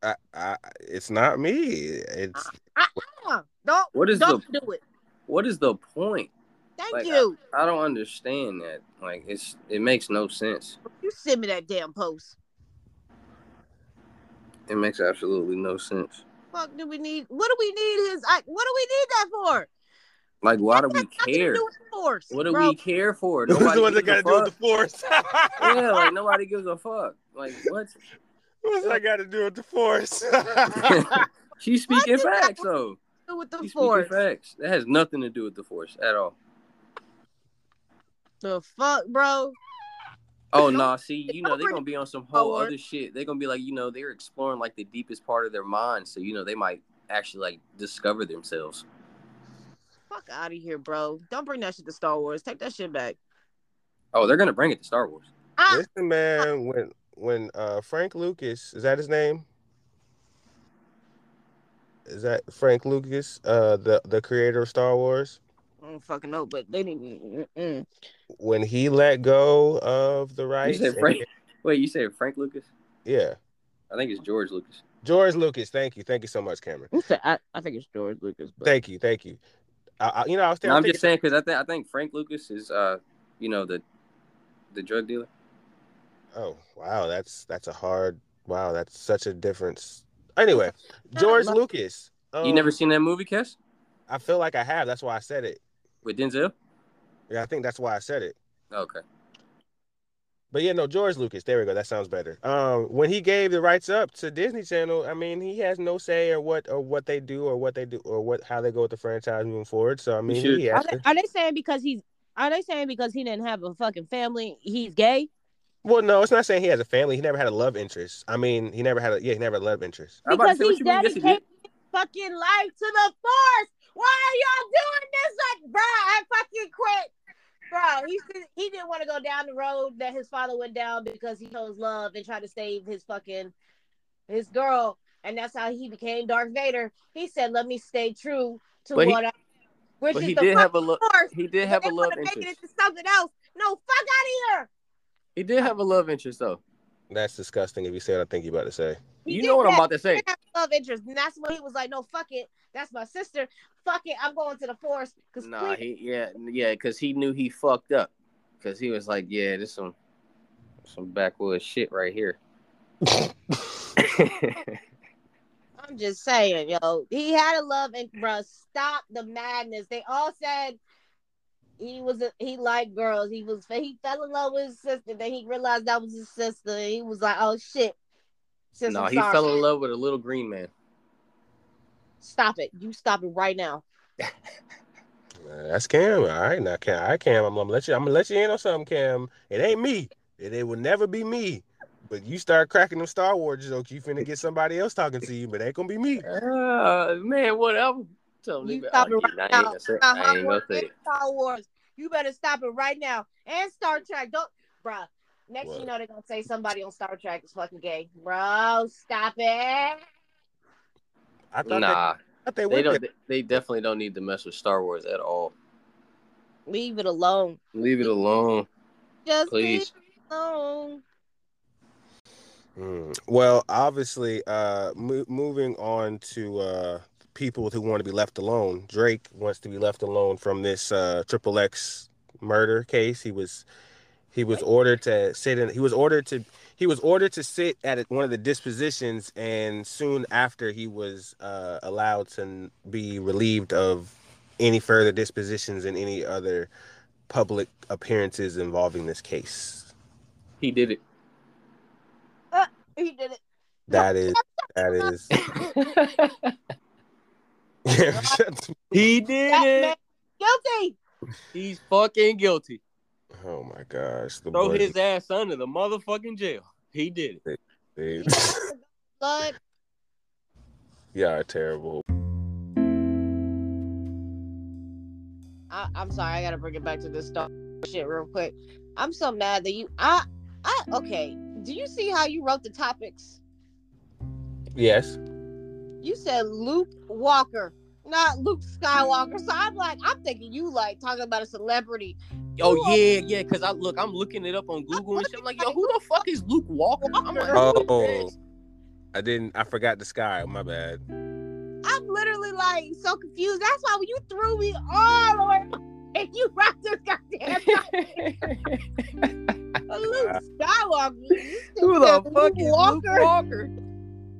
[SPEAKER 1] I, I, it's not me. It's
[SPEAKER 2] Ah, don't
[SPEAKER 3] What is
[SPEAKER 2] don't do it.
[SPEAKER 3] What is the point?
[SPEAKER 2] Thank
[SPEAKER 3] like,
[SPEAKER 2] you.
[SPEAKER 3] I don't understand that. Like it's it makes no sense.
[SPEAKER 2] you send me that damn post.
[SPEAKER 3] It makes absolutely no sense.
[SPEAKER 2] Fuck do we need what do we need his I, what do we need that for?
[SPEAKER 3] Like why do we
[SPEAKER 2] That's nothing to
[SPEAKER 3] care?
[SPEAKER 2] do with the force,
[SPEAKER 3] What do
[SPEAKER 2] bro.
[SPEAKER 3] we care for?
[SPEAKER 1] who's the one that got
[SPEAKER 3] gives
[SPEAKER 1] to
[SPEAKER 3] a
[SPEAKER 1] do with the
[SPEAKER 3] fuck.
[SPEAKER 1] force?
[SPEAKER 3] Yeah, like nobody gives a fuck. Like what?
[SPEAKER 1] who's that got to do with the force?
[SPEAKER 3] She's speaking
[SPEAKER 2] What the-
[SPEAKER 3] facts though.
[SPEAKER 2] do with the
[SPEAKER 3] She's
[SPEAKER 2] force?
[SPEAKER 3] speaking facts. That has nothing to do with the force at all.
[SPEAKER 2] The fuck, bro.
[SPEAKER 3] Oh
[SPEAKER 2] Don't-
[SPEAKER 3] no, see, you know
[SPEAKER 2] don't
[SPEAKER 3] they're
[SPEAKER 2] bring
[SPEAKER 3] gonna be on some whole
[SPEAKER 2] forward.
[SPEAKER 3] other shit. They're gonna be like, you know, they're exploring like the deepest part of their mind, so you know they might actually like discover themselves.
[SPEAKER 2] Fuck out of here, bro. Don't bring that shit to Star Wars. Take that shit back.
[SPEAKER 3] Oh, they're gonna bring it to Star Wars.
[SPEAKER 2] Ah,
[SPEAKER 1] Listen, man, when when uh Frank Lucas is that his name? Is that Frank Lucas, uh the the creator of Star Wars?
[SPEAKER 2] I don't fucking know, but they didn't. Mm-mm.
[SPEAKER 1] When he let go of the
[SPEAKER 3] You
[SPEAKER 1] rights,
[SPEAKER 3] said
[SPEAKER 1] and-
[SPEAKER 3] Frank. Wait, you said Frank Lucas?
[SPEAKER 1] yeah,
[SPEAKER 3] I think it's George Lucas.
[SPEAKER 1] George Lucas. Thank you, thank you so much, Cameron.
[SPEAKER 2] You said- I, I think it's George Lucas, but
[SPEAKER 1] Thank you, thank you. I, I, you know, I was,
[SPEAKER 3] No,
[SPEAKER 1] I was
[SPEAKER 3] I'm
[SPEAKER 1] thinking,
[SPEAKER 3] just saying because I think I think Frank Lucas is uh, you know the, the drug dealer.
[SPEAKER 1] oh wow, that's that's a hard wow, that's such a difference. Anyway, George Lucas.
[SPEAKER 3] you
[SPEAKER 1] um,
[SPEAKER 3] never seen that movie, Kes?
[SPEAKER 1] I feel like I have. That's why I said it.
[SPEAKER 3] With Denzel?
[SPEAKER 1] Yeah, I think that's why I said it.
[SPEAKER 3] Okay.
[SPEAKER 1] But yeah, no, George Lucas. There we go. That sounds better. Um, when he gave the rights up to Disney Channel, I mean, he has no say or what or what they do or what they do or what how they go with the franchise moving forward. So I mean,
[SPEAKER 3] should-
[SPEAKER 1] he
[SPEAKER 2] are
[SPEAKER 1] has
[SPEAKER 2] they,
[SPEAKER 1] to.
[SPEAKER 2] are they saying because he's are they saying because he didn't have a fucking family, he's gay?
[SPEAKER 1] Well, no, it's not saying he has a family. He never had a love interest. I mean, he never had a yeah, he never had a love interest.
[SPEAKER 3] I'm about to
[SPEAKER 2] Because
[SPEAKER 3] say, what
[SPEAKER 2] he's
[SPEAKER 3] you mean? Yes, he did.
[SPEAKER 2] dedicated his fucking life to the force. Why are y'all doing this? Like, bro, I fucking quit, bro. he said he didn't want to go down the road that his father went down because he chose love and tried to save his fucking his girl, and that's how he became Darth Vader. He said, "Let me stay true to
[SPEAKER 3] But he-
[SPEAKER 2] what I." Which
[SPEAKER 3] but
[SPEAKER 2] is
[SPEAKER 3] he
[SPEAKER 2] the
[SPEAKER 3] did have a
[SPEAKER 2] fucking
[SPEAKER 3] look.
[SPEAKER 2] Force.
[SPEAKER 3] He did have
[SPEAKER 2] they
[SPEAKER 3] a love
[SPEAKER 2] wanna make it
[SPEAKER 3] interest.
[SPEAKER 2] into something else. No, fuck out of here.
[SPEAKER 3] He did have a love interest though.
[SPEAKER 1] That's disgusting. If you say what I think you about to say,
[SPEAKER 2] He
[SPEAKER 3] You
[SPEAKER 2] did
[SPEAKER 3] know what I'm
[SPEAKER 2] have-
[SPEAKER 3] about to say.
[SPEAKER 2] did have love interest, and that's when he was like, "No, fuck it. That's my sister. Fuck it. I'm going to the force." Because
[SPEAKER 3] Nah, he yeah yeah because he knew he fucked up because he was like yeah this some some backwoods shit right here.
[SPEAKER 2] I'm just saying, yo, he had a love and bro, stop the madness. They all said he was a, he liked girls. He was he fell in love with his sister. Then he realized that was his sister. He was like, "Oh shit."
[SPEAKER 3] no,
[SPEAKER 2] Sis, I'm
[SPEAKER 3] he
[SPEAKER 2] sorry.
[SPEAKER 3] fell in love with a little green man.
[SPEAKER 2] Stop it. You stop it right now.
[SPEAKER 1] Uh, that's Cam. All right, now Cam, I Cam, I'm gonna let you. I'm gonna let you in on something, Cam. It ain't me. It, it will never be me. But you start cracking them Star Wars jokes, you finna get somebody else talking to you. But it ain't gonna be me.
[SPEAKER 3] Uh, man, whatever. Tell him
[SPEAKER 2] You
[SPEAKER 3] leave it.
[SPEAKER 2] stop
[SPEAKER 3] Oh,
[SPEAKER 2] it
[SPEAKER 3] yeah, nah,
[SPEAKER 2] right now.
[SPEAKER 3] I ain't gonna say-
[SPEAKER 2] About Hot
[SPEAKER 3] I ain't
[SPEAKER 2] Wheels
[SPEAKER 3] gonna say
[SPEAKER 2] and
[SPEAKER 3] it.
[SPEAKER 2] Star Wars. You better stop it right now. And Star Trek. Don't bruh. Next
[SPEAKER 1] What?
[SPEAKER 2] you know they're gonna say somebody on Star Trek is fucking gay. Bro, stop it.
[SPEAKER 1] I thought they,
[SPEAKER 3] Nah,
[SPEAKER 1] I thought they,
[SPEAKER 3] they
[SPEAKER 1] went
[SPEAKER 3] don't. They definitely don't need to mess with Star Wars at all.
[SPEAKER 2] Leave it alone.
[SPEAKER 3] Leave it alone.
[SPEAKER 2] Just
[SPEAKER 3] Please.
[SPEAKER 2] leave it alone.
[SPEAKER 1] there. Mm. Well, obviously, uh, mo- moving on to uh, people who want to be left alone. Drake wants to be left alone from this uh, Triple X murder case. He was he was ordered to sit in. He was ordered to he was ordered to sit at one of the dispositions, and soon after he was uh, allowed to n- be relieved of any further dispositions and any other public appearances involving this case.
[SPEAKER 3] He did it.
[SPEAKER 2] He did it.
[SPEAKER 1] That is that is yeah, shut the-
[SPEAKER 3] He did
[SPEAKER 2] That man guilty.
[SPEAKER 3] He's fucking guilty.
[SPEAKER 1] Oh my gosh. The
[SPEAKER 3] Throw
[SPEAKER 1] boy-
[SPEAKER 3] his ass under the motherfucking jail. He did it.
[SPEAKER 1] dude.
[SPEAKER 2] Blood.
[SPEAKER 1] Y'all are terrible.
[SPEAKER 2] I, I'm sorry. I gotta bring it back to this Star shit real quick. I'm so mad that you. I. I. Okay. Do you see how you wrote the topics?
[SPEAKER 1] Yes.
[SPEAKER 2] You said Luke Walker, not Luke Skywalker. So I'm like, I'm thinking you like talking about a celebrity.
[SPEAKER 3] Oh
[SPEAKER 2] Who-
[SPEAKER 3] yeah, yeah. Cause I look, I'm looking it up on Google and shit. I'm like, yo, who the fuck is Luke Walker? I'm like, who
[SPEAKER 1] Oh.
[SPEAKER 3] is this?
[SPEAKER 1] I didn't I forgot the sky. My bad.
[SPEAKER 2] I'm literally like so confused. That's why when you threw me all over. If you rock this goddamn Luke Skywalker, you
[SPEAKER 3] who the
[SPEAKER 2] said
[SPEAKER 3] fuck is Luke Walker?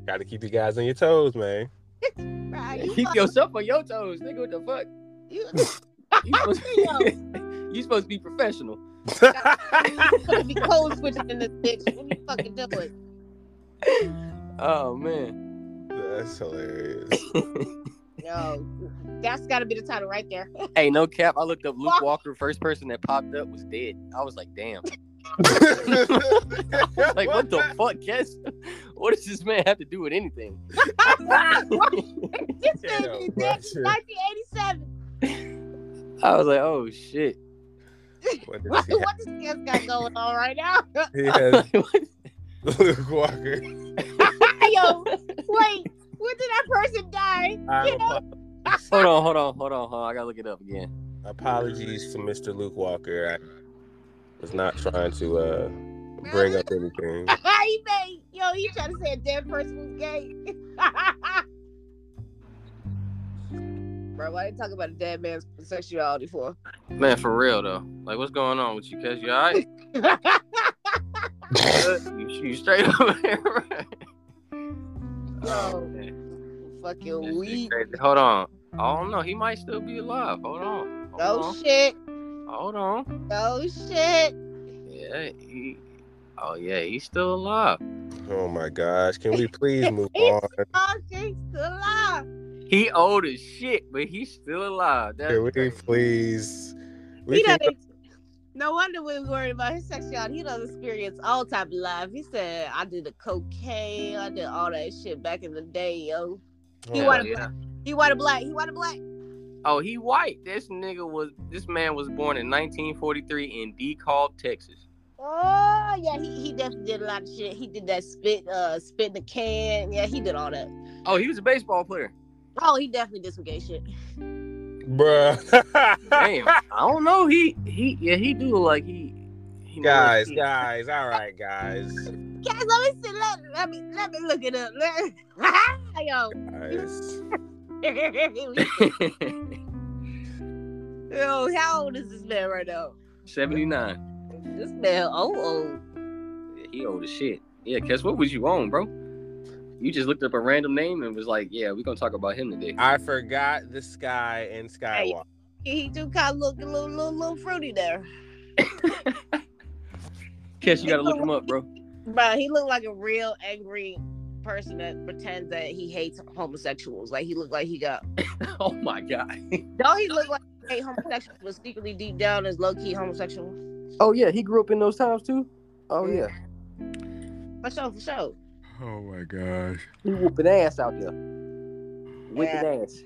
[SPEAKER 1] Gotta keep you guys on your toes, man.
[SPEAKER 2] Right, you
[SPEAKER 3] Keep
[SPEAKER 2] fuck-
[SPEAKER 3] yourself on your toes, nigga. What the fuck?
[SPEAKER 2] you-
[SPEAKER 3] You supposed, you supposed to be professional.
[SPEAKER 2] gonna be code switching in this bitch. What you fucking doing?
[SPEAKER 3] Oh man.
[SPEAKER 1] That's hilarious.
[SPEAKER 2] Yo, that's gotta be the title right there.
[SPEAKER 3] Hey, no cap. I looked up Luke Walker. First person that popped up was dead. I was like, damn. Like, what the fuck, Guess? What does this man have to do with anything?
[SPEAKER 2] this man
[SPEAKER 1] Yo, bro,
[SPEAKER 2] been dead since
[SPEAKER 1] shit.
[SPEAKER 2] 1987.
[SPEAKER 3] I was like, oh shit.
[SPEAKER 1] What does
[SPEAKER 2] What,
[SPEAKER 1] he,
[SPEAKER 2] what this man's got going on right now?
[SPEAKER 1] have? he has Luke Walker.
[SPEAKER 2] Yo, wait, when did that person die?
[SPEAKER 1] I'm apo-
[SPEAKER 3] hold on, hold on, hold on, hold on. I gotta look it up again.
[SPEAKER 1] apologies to Mr. Luke Walker. I was not trying to uh bring up anything.
[SPEAKER 2] he made, yo, he tried to say a dead person was gay. Bro, why they talk about a dead man's sexuality for?
[SPEAKER 3] Man, for real though. Like, what's going on with you, cuz? You alright? you, you straight over here?
[SPEAKER 2] Yo.
[SPEAKER 3] man. This
[SPEAKER 2] Fucking
[SPEAKER 3] shit
[SPEAKER 2] weak.
[SPEAKER 3] crazy. Hold on. I don't know. He might still be alive. Hold on. Hold
[SPEAKER 2] Oh
[SPEAKER 3] on.
[SPEAKER 2] shit.
[SPEAKER 3] Hold on.
[SPEAKER 2] Oh shit.
[SPEAKER 3] Yeah. He... Oh yeah, he's still alive.
[SPEAKER 1] Oh my gosh. Can we please move on?
[SPEAKER 2] Oh, she's still alive.
[SPEAKER 3] He old as shit, but he's still alive. That's
[SPEAKER 1] Can we
[SPEAKER 3] crazy.
[SPEAKER 1] please? We
[SPEAKER 2] He
[SPEAKER 1] can,
[SPEAKER 2] doesn't. No wonder we were worried about his sexuality. He does experience all type of life. He said, "I did the cocaine. I did all that shit back in the day, yo."
[SPEAKER 1] Oh
[SPEAKER 2] He
[SPEAKER 1] my
[SPEAKER 2] wanted
[SPEAKER 3] yeah.
[SPEAKER 2] black. He wanted black. He wanted black.
[SPEAKER 6] Oh, he white. This nigga was this man was born in 1943 in DeKalb, Texas.
[SPEAKER 2] Oh yeah, he, he definitely did a lot of shit. He did that spit uh spit in the can. Yeah, he did all that.
[SPEAKER 6] Oh, he was a baseball player.
[SPEAKER 2] Oh, he definitely did some gay shit.
[SPEAKER 1] Bruh.
[SPEAKER 6] Damn. I don't know. He he yeah, he do look like he, he
[SPEAKER 1] guys, guys, all right, guys.
[SPEAKER 2] Guys, let me see. Let, let me let me look it up. Yo,
[SPEAKER 1] Guys.
[SPEAKER 2] yo, how old is this man right now?
[SPEAKER 6] 79.
[SPEAKER 2] This man oh, old old.
[SPEAKER 6] Yeah, he old as shit. Yeah, Kes, what was you on, bro? You just looked up a random name and was like, yeah, we're gonna talk about him today.
[SPEAKER 1] I forgot the sky and skywalk.
[SPEAKER 2] He do kind of look a little little little fruity there,
[SPEAKER 6] Kes, you gotta look him up, bro.
[SPEAKER 2] but he looked like a real angry person that pretends that he hates homosexuals. Like he looked like he got.
[SPEAKER 6] Oh my god.
[SPEAKER 2] Don't he look like he hate homosexuals, but secretly deep down is low key homosexual?
[SPEAKER 3] Oh yeah, he grew up in those times too. Oh yeah,
[SPEAKER 2] For sure, for sure.
[SPEAKER 1] Oh my gosh.
[SPEAKER 3] he whooping ass out there. Whipping ass.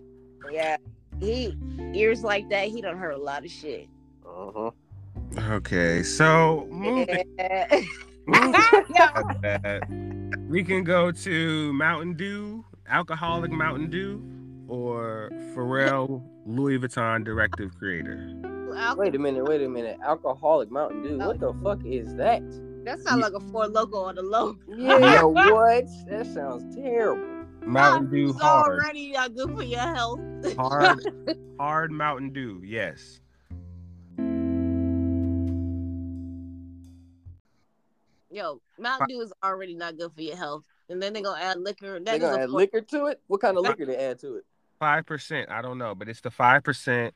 [SPEAKER 2] Yeah, he ears like that. He done heard a lot of shit.
[SPEAKER 3] Uh
[SPEAKER 1] Okay, so moving
[SPEAKER 2] Yeah.
[SPEAKER 1] on from that, we can go to Mountain Dew, alcoholic Mountain Dew, or Pharrell Louis Vuitton directive creator.
[SPEAKER 3] huh. Wait a minute. Wait a minute. Alcoholic Mountain Dew. What the fuck is that?
[SPEAKER 2] That sounds like a Ford logo on the low.
[SPEAKER 3] Yeah. what? That sounds terrible.
[SPEAKER 1] Mountain Dew
[SPEAKER 2] It's
[SPEAKER 1] hard,
[SPEAKER 2] Ah, already not good for your health.
[SPEAKER 1] hard, hard Mountain Dew. Yes.
[SPEAKER 2] Yo, Mountain Dew is already not good for your health, and then they're gonna add liquor.
[SPEAKER 3] They
[SPEAKER 2] That is
[SPEAKER 3] gonna
[SPEAKER 2] a
[SPEAKER 3] add
[SPEAKER 2] Ford.
[SPEAKER 3] liquor to it. What kind of liquor they add to it?
[SPEAKER 1] five percent. I don't know, but it's the five percent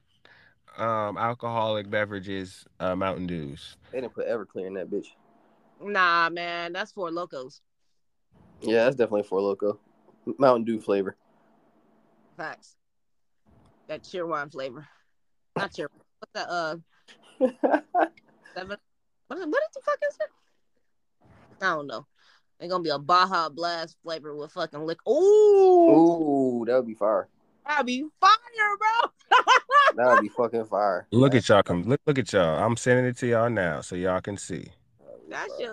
[SPEAKER 1] um alcoholic beverages uh, Mountain Dews.
[SPEAKER 3] They didn't put Everclear in that bitch.
[SPEAKER 2] Nah, man, that's Ford locos.
[SPEAKER 3] Yeah, that's definitely for loco. Mountain Dew flavor.
[SPEAKER 2] Facts. That cheer wine flavor. Not cheer. What's that? Uh, seven. What, is- what is the fuck is it? I don't know. They're gonna be a Baja Blast flavor with fucking liquor. Ooh,
[SPEAKER 3] Ooh, that would be fire.
[SPEAKER 2] that'd be fire, bro.
[SPEAKER 3] That would be fucking fire.
[SPEAKER 1] Look at y'all, come look, look at y'all. I'm sending it to y'all now so y'all can see.
[SPEAKER 2] That shit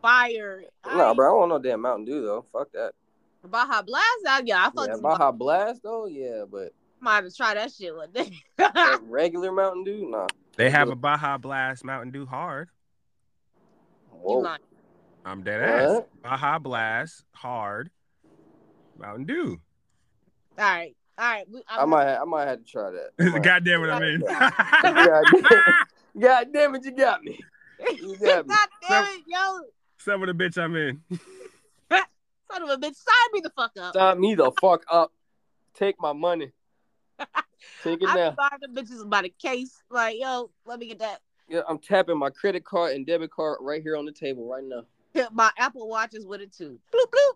[SPEAKER 2] fire.
[SPEAKER 3] Nah,
[SPEAKER 2] I-
[SPEAKER 3] bro, I don't want no damn Mountain Dew though. Fuck that.
[SPEAKER 2] Baja Blast. I, yeah, I fucking
[SPEAKER 3] Yeah,
[SPEAKER 2] yeah,
[SPEAKER 3] Baja Blast though, yeah, but
[SPEAKER 2] might have try that shit one day.
[SPEAKER 3] that regular Mountain Dew, nah.
[SPEAKER 1] They have a Baja Blast Mountain Dew hard.
[SPEAKER 2] you
[SPEAKER 3] Whoa.
[SPEAKER 2] lying.
[SPEAKER 1] I'm dead ass.
[SPEAKER 3] What?
[SPEAKER 1] Baja Blast hard Mountain Dew.
[SPEAKER 2] All right, all right. We,
[SPEAKER 3] I might, ha- I might have to try that. I might-
[SPEAKER 1] God damn it, I mean.
[SPEAKER 3] God, God damn it, you got me. You got me.
[SPEAKER 2] God damn it, yo,
[SPEAKER 1] Some of the bitch I'm in.
[SPEAKER 2] son of a bitch, sign me the fuck up.
[SPEAKER 3] Sign me the fuck up. Take my money. Take it
[SPEAKER 2] I
[SPEAKER 3] now.
[SPEAKER 2] find the bitches about a case. Like, yo, let me get that.
[SPEAKER 3] Yeah, I'm tapping my credit card and debit card right here on the table right now.
[SPEAKER 2] My Apple Watch is with it too. Bloop bloop.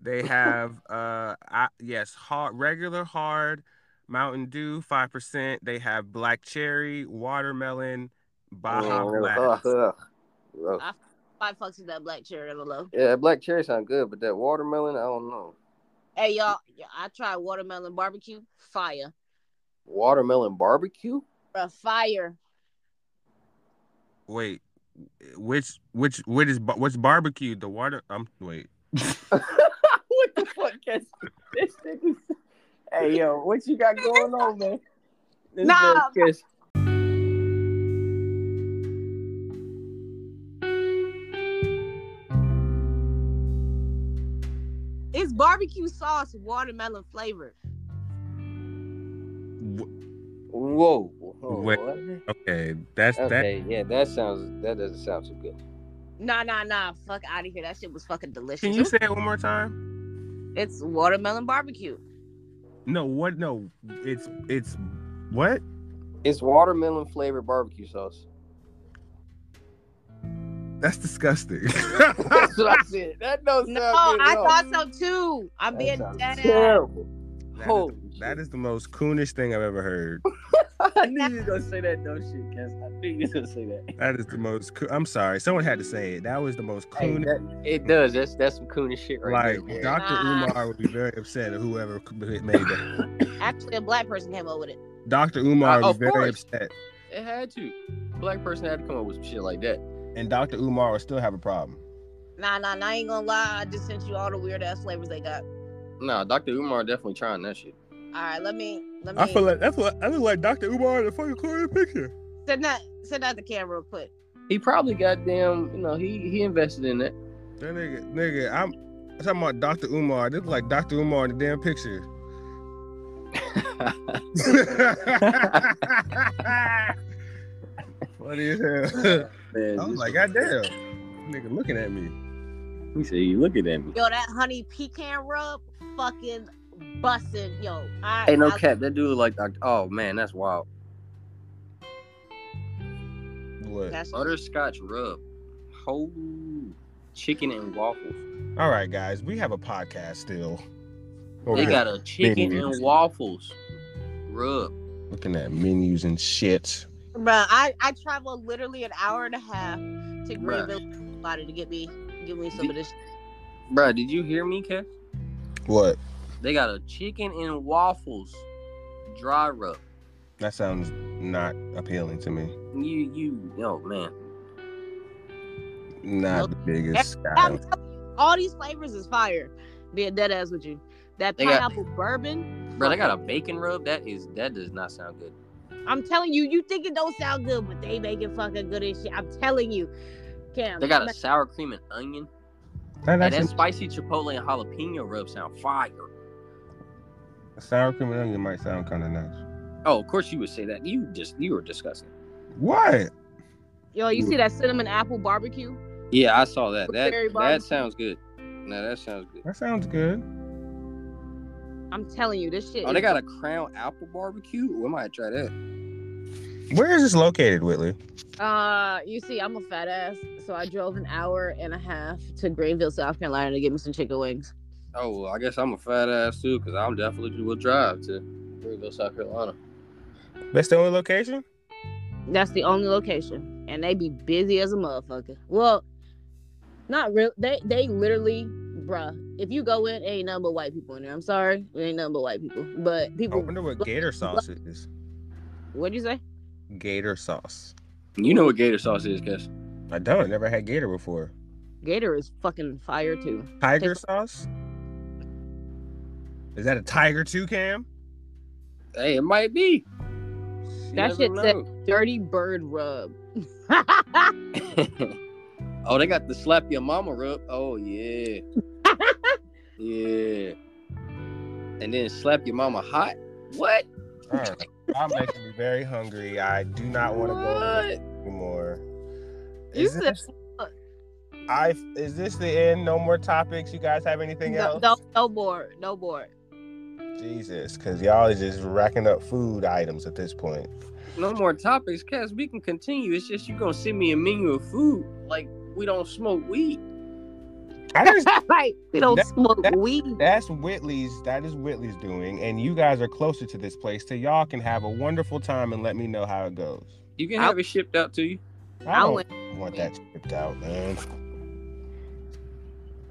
[SPEAKER 1] They have uh I, yes, hard regular hard Mountain Dew 5%. They have black cherry, watermelon, Baja
[SPEAKER 3] Mm,
[SPEAKER 1] Blast.
[SPEAKER 3] ugh, ugh, ugh.
[SPEAKER 2] Five fucks with that black cherry on the low.
[SPEAKER 3] Yeah, black cherry sound good, but that watermelon, I don't know.
[SPEAKER 2] Hey y'all, yeah, I tried watermelon barbecue. Fire.
[SPEAKER 3] Watermelon barbecue?
[SPEAKER 2] Bruh, fire.
[SPEAKER 1] Wait. Which which what is ba- what's barbecue? The water I'm wait.
[SPEAKER 3] what the fuck, Cass? This nigga. Hey, yo, what you got going on, man? This
[SPEAKER 2] Nah.
[SPEAKER 3] man Cass-
[SPEAKER 2] It's barbecue sauce, watermelon flavor.
[SPEAKER 1] W-
[SPEAKER 3] Whoa. Oh,
[SPEAKER 1] Wait.
[SPEAKER 3] what?
[SPEAKER 1] Okay, that's that
[SPEAKER 3] Okay, yeah, that sounds that doesn't sound too good.
[SPEAKER 2] Nah, nah, nah. Fuck out of here. That shit was fucking delicious.
[SPEAKER 1] Can you say it one more time?
[SPEAKER 2] it's watermelon barbecue.
[SPEAKER 1] No, what? No, it's it's what?
[SPEAKER 3] It's watermelon flavored barbecue sauce.
[SPEAKER 1] That's disgusting.
[SPEAKER 3] That's what I said. That does
[SPEAKER 2] No,
[SPEAKER 3] sound good.
[SPEAKER 2] I
[SPEAKER 3] at all.
[SPEAKER 2] thought so too. I'm
[SPEAKER 3] That
[SPEAKER 2] being
[SPEAKER 3] sounds
[SPEAKER 2] dead ass.
[SPEAKER 3] terrible. Holy
[SPEAKER 1] that is the most coonish thing I've ever heard.
[SPEAKER 3] I knew you were gonna say that dumb shit, Cass. I knew you were gonna say that.
[SPEAKER 1] That is the most. Coo- I'm sorry, someone had to say it. That was the most
[SPEAKER 3] Hey,
[SPEAKER 1] coonish.
[SPEAKER 3] that-
[SPEAKER 6] It does. That's that's some coonish shit right
[SPEAKER 1] like
[SPEAKER 6] there.
[SPEAKER 1] Dr.
[SPEAKER 2] Ah.
[SPEAKER 1] Umar would be very upset at whoever c- made that.
[SPEAKER 2] Actually, a black person came up with it.
[SPEAKER 1] Dr. Umar
[SPEAKER 3] Uh,
[SPEAKER 1] was
[SPEAKER 3] of
[SPEAKER 1] very
[SPEAKER 3] course.
[SPEAKER 1] upset,
[SPEAKER 3] It had to. Black person had to come up with some shit like that.
[SPEAKER 1] and Dr. Umar would still have a problem.
[SPEAKER 2] Nah, nah, nah, I ain't gonna lie. I just sent you all the weird ass flavors they got.
[SPEAKER 3] Nah, Dr. Umar definitely trying that shit.
[SPEAKER 2] All right, let me let me
[SPEAKER 1] I feel like that's what I look like Dr. Umar in the fucking Chloe picture.
[SPEAKER 2] send that send that the camera real quick.
[SPEAKER 3] He probably goddamn, you know, he he invested in that.
[SPEAKER 1] That nigga, nigga, I'm I'm talking about Dr. Umar. This is like Dr. Umar in the damn picture. Funny as hell.
[SPEAKER 3] Man,
[SPEAKER 1] I was
[SPEAKER 3] this-
[SPEAKER 1] like, God damn. Nigga looking at me.
[SPEAKER 3] he said, "You looking at me?"
[SPEAKER 2] Yo, that honey pecan rub, fucking bussin', yo. I,
[SPEAKER 3] Hey, no
[SPEAKER 2] I-
[SPEAKER 3] cap. That dude like, Dr. oh man, that's wild.
[SPEAKER 1] What?
[SPEAKER 2] That's
[SPEAKER 3] Butterscotch rub, whole chicken and waffles.
[SPEAKER 1] All right, guys, we have a podcast still. Over
[SPEAKER 3] They
[SPEAKER 1] here
[SPEAKER 3] got a chicken
[SPEAKER 1] Menu.
[SPEAKER 3] and waffles rub.
[SPEAKER 1] looking at menus and shit.
[SPEAKER 2] bro. I I travel literally an hour and a half to
[SPEAKER 3] Bruh.
[SPEAKER 2] Greenville, Florida, to get me give me some of this. shit.
[SPEAKER 3] Bruh, did you hear me, Kev?
[SPEAKER 1] What?
[SPEAKER 3] They got a chicken and waffles dry rub.
[SPEAKER 1] That sounds not appealing to me.
[SPEAKER 3] You you oh man.
[SPEAKER 1] Not the biggest guy.
[SPEAKER 2] I'm telling you, all these flavors is fire. Being dead ass with you, that
[SPEAKER 3] They got-
[SPEAKER 2] pineapple bourbon.
[SPEAKER 3] Bro, they got a bacon rub. That is that does not sound good.
[SPEAKER 2] I'm telling you, you think it don't sound good, but they make it fucking good as shit. I'm telling you, Cam.
[SPEAKER 3] They got
[SPEAKER 2] I'm
[SPEAKER 3] a sour cream and onion.
[SPEAKER 1] That
[SPEAKER 3] Hey, that
[SPEAKER 1] actually,
[SPEAKER 3] spicy chipotle and jalapeno rub sound fire.
[SPEAKER 1] sour cream and onion might sound kind of nice.
[SPEAKER 3] Oh, of course you would say that. You just you were disgusting.
[SPEAKER 1] What?
[SPEAKER 2] Yo, you see that cinnamon apple barbecue?
[SPEAKER 3] Yeah, I saw that. That
[SPEAKER 2] Cherry
[SPEAKER 3] that
[SPEAKER 2] barbecue.
[SPEAKER 3] sounds good. No, that sounds good.
[SPEAKER 1] That sounds good.
[SPEAKER 2] I'm telling you, this shit.
[SPEAKER 3] Oh, they
[SPEAKER 2] is-
[SPEAKER 3] got a crown apple barbecue. We might try that.
[SPEAKER 1] Where is this located, Whitley?
[SPEAKER 2] Uh, you see, I'm a fat ass, so I drove an hour and a half to Greenville, South Carolina, to get me some chicken wings.
[SPEAKER 3] Oh, well, I guess I'm a fat ass too, cause I'm definitely will drive to Greenville, South Carolina.
[SPEAKER 1] That's the only location?
[SPEAKER 2] That's the only location, and they be busy as a motherfucker. Well, not real. They they literally, bruh. If you go in, ain't nothing but white people in there. I'm sorry, it ain't nothing but white people. But
[SPEAKER 1] I
[SPEAKER 2] people,
[SPEAKER 1] wonder what gator sauce is.
[SPEAKER 2] what'd you say?
[SPEAKER 1] Gator sauce.
[SPEAKER 3] You know what gator sauce is, Cass?
[SPEAKER 1] I don't. I never had gator before.
[SPEAKER 2] Gator is fucking fire too.
[SPEAKER 1] Tiger sauce? Is that a tiger too, Cam?
[SPEAKER 3] Hey, it might be. You
[SPEAKER 2] That
[SPEAKER 3] never
[SPEAKER 2] shit said-
[SPEAKER 3] know.
[SPEAKER 2] Dirty bird rub.
[SPEAKER 3] oh, they got the slap your mama rub. Oh yeah, yeah. And then slap your mama hot. What?
[SPEAKER 1] All right. I'm making me very hungry. I do not want to go
[SPEAKER 3] What?
[SPEAKER 1] anymore.
[SPEAKER 2] You
[SPEAKER 1] Is
[SPEAKER 2] said-
[SPEAKER 1] this, I is this the end? No more topics. You guys have anything
[SPEAKER 2] no,
[SPEAKER 1] else?
[SPEAKER 2] no, no more, no more.
[SPEAKER 1] Jesus, because y'all is just racking up food items at this point.
[SPEAKER 3] No more topics, Cass. We can continue. It's just you gonna send me a menu of food. Like we don't smoke weed.
[SPEAKER 1] I just
[SPEAKER 2] right. We don't
[SPEAKER 1] That-
[SPEAKER 2] smoke
[SPEAKER 1] that-
[SPEAKER 2] weed.
[SPEAKER 1] That's Whitley's. That is Whitley's doing, and you guys are closer to this place, so y'all can have a wonderful time and let me know how it goes.
[SPEAKER 3] You can
[SPEAKER 2] I-
[SPEAKER 3] have it shipped out to you.
[SPEAKER 1] I
[SPEAKER 2] I
[SPEAKER 1] don't
[SPEAKER 2] went-
[SPEAKER 1] want that shipped out, man.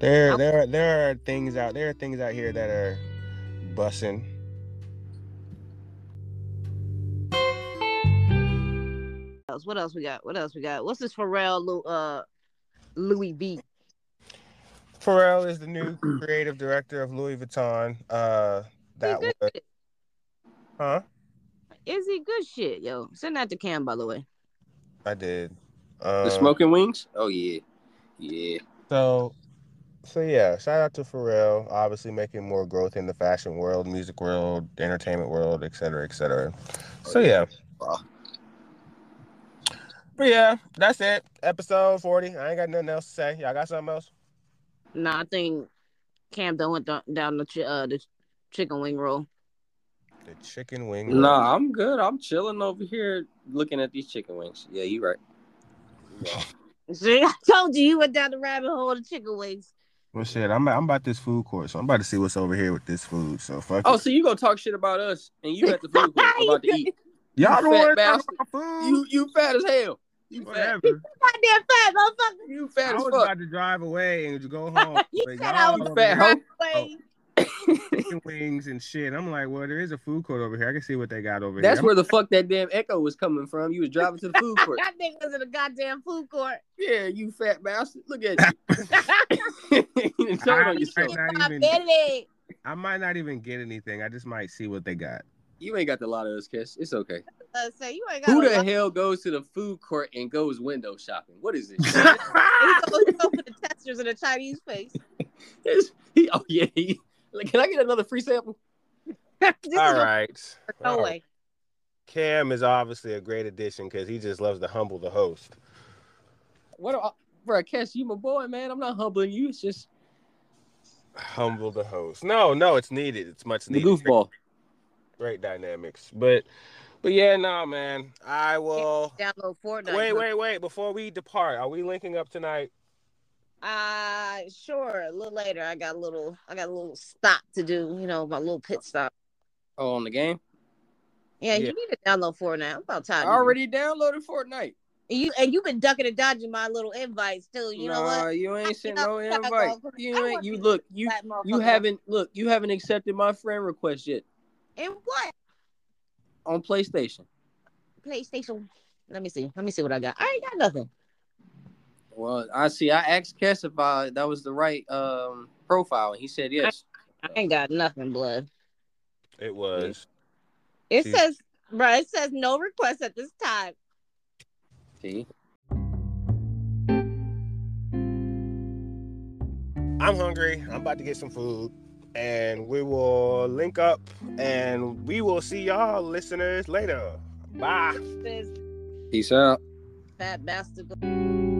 [SPEAKER 1] There,
[SPEAKER 2] I-
[SPEAKER 1] there, are- there are things out. There are things out here that are bussing.
[SPEAKER 2] else? What else we got? What else we got? What's this Pharrell Lou, uh Louis B?
[SPEAKER 1] Pharrell is the new creative director of Louis Vuitton. Uh, that
[SPEAKER 2] he good
[SPEAKER 1] was,
[SPEAKER 2] shit.
[SPEAKER 1] huh?
[SPEAKER 2] Is he good shit, yo? Send that to Cam by the way.
[SPEAKER 1] I did. Um,
[SPEAKER 3] The smoking wings. Oh yeah, yeah.
[SPEAKER 1] So, so yeah, shout out to Pharrell, obviously making more growth in the fashion world, music world, entertainment world, et cetera, et cetera. So yeah.
[SPEAKER 3] Oh, Wow.
[SPEAKER 1] But yeah, that's it. Episode 40. I ain't got nothing else to say. Y'all got something else?
[SPEAKER 2] Nah, I think Cam done went down, down the chi- uh the chicken wing roll.
[SPEAKER 1] The chicken wing. roll.
[SPEAKER 3] Nah, I'm good. I'm chilling over here looking at these chicken wings. Yeah, you right.
[SPEAKER 2] See, I told you he went down the rabbit hole of the chicken wings.
[SPEAKER 1] Well shit, I'm I'm about this food court, so I'm about to see what's over here with this food. So fuck
[SPEAKER 3] Oh,
[SPEAKER 1] it.
[SPEAKER 3] so you gonna talk shit about us and you at the food court about to eat?
[SPEAKER 1] Y'all
[SPEAKER 3] you
[SPEAKER 1] don't want to
[SPEAKER 3] fat
[SPEAKER 1] talk about food.
[SPEAKER 3] You you fat as hell. You fat.
[SPEAKER 1] Whatever.
[SPEAKER 2] Goddamn fat motherfucker.
[SPEAKER 3] You
[SPEAKER 1] I
[SPEAKER 3] fat as
[SPEAKER 1] was
[SPEAKER 3] fuck.
[SPEAKER 1] about to drive away and go home.
[SPEAKER 2] You
[SPEAKER 1] but
[SPEAKER 2] said I
[SPEAKER 1] y'all
[SPEAKER 2] was
[SPEAKER 1] over
[SPEAKER 3] fat.
[SPEAKER 1] here-
[SPEAKER 2] Wait.
[SPEAKER 1] chicken wings and shit. I'm like, well, there is a food court over here. I can see what they got over
[SPEAKER 3] That's
[SPEAKER 1] here.
[SPEAKER 3] where the fuck that damn echo was coming from. You was driving to the food court.
[SPEAKER 2] That nigga was in a goddamn food court.
[SPEAKER 3] yeah, you fat bastard. Look at you. you done told on yourself.
[SPEAKER 1] Not
[SPEAKER 2] My
[SPEAKER 1] even-
[SPEAKER 2] belly.
[SPEAKER 1] I might not even get anything. I just might see what they got.
[SPEAKER 3] You ain't got the lot of us, Kiss. It's okay.
[SPEAKER 2] Uh, so you ain't got
[SPEAKER 3] Who
[SPEAKER 2] a
[SPEAKER 3] the
[SPEAKER 2] lot-
[SPEAKER 3] hell goes to the food court and goes window shopping? What is this?
[SPEAKER 2] He
[SPEAKER 3] shit?
[SPEAKER 2] goes over to the testers in a Chinese place.
[SPEAKER 3] It's- he- oh yeah. he- like, can I get another free sample?
[SPEAKER 2] This
[SPEAKER 1] All
[SPEAKER 2] is a-
[SPEAKER 1] right.
[SPEAKER 2] No
[SPEAKER 1] All right.
[SPEAKER 2] way.
[SPEAKER 1] Cam is obviously a great addition because he just loves to humble the host.
[SPEAKER 3] What? Are, bro, Kiss, you my boy, man. I'm not humbling you. It's just
[SPEAKER 1] Humble the host. No, no, it's needed. It's much
[SPEAKER 3] the
[SPEAKER 1] needed.
[SPEAKER 3] goofball.
[SPEAKER 1] Great dynamics. But but yeah, nah, man. I will
[SPEAKER 2] Download Fortnite.
[SPEAKER 1] wait, wait, wait. Before we depart, are we linking up tonight?
[SPEAKER 2] Uh sure. A little later, I got a little, I got a little stop to do. You know, my little pit stop.
[SPEAKER 3] Oh, on the game.
[SPEAKER 2] Yeah,
[SPEAKER 1] Yeah.
[SPEAKER 2] you need to download Fortnite. I'm about
[SPEAKER 3] I
[SPEAKER 2] tired. of you.
[SPEAKER 3] already downloaded Fortnite.
[SPEAKER 2] And you and you've been ducking and dodging my little invites too. You know
[SPEAKER 3] nah,
[SPEAKER 2] what?
[SPEAKER 3] you ain't sent
[SPEAKER 2] I-
[SPEAKER 3] no
[SPEAKER 2] I-
[SPEAKER 3] invite. You
[SPEAKER 2] I
[SPEAKER 3] ain't.
[SPEAKER 2] want
[SPEAKER 3] You
[SPEAKER 2] to-
[SPEAKER 3] look. You
[SPEAKER 2] That
[SPEAKER 3] you
[SPEAKER 2] motherfucker.
[SPEAKER 3] haven't look. You haven't accepted my friend request yet
[SPEAKER 2] And what?
[SPEAKER 3] on PlayStation.
[SPEAKER 2] PlayStation. Let me see. Let me see what I got. I ain't got nothing.
[SPEAKER 3] Well, I see. I asked Kess if I, that was the right um profile, and he said yes.
[SPEAKER 2] I ain't got nothing, blood.
[SPEAKER 1] It was.
[SPEAKER 2] It
[SPEAKER 1] See.
[SPEAKER 2] says, bruh, It says no requests at this time.
[SPEAKER 3] See,
[SPEAKER 1] I'm hungry. I'm about to get some food. And we will link up and we will see y'all listeners later. Bye.
[SPEAKER 2] This
[SPEAKER 3] peace out.
[SPEAKER 2] fat bastard.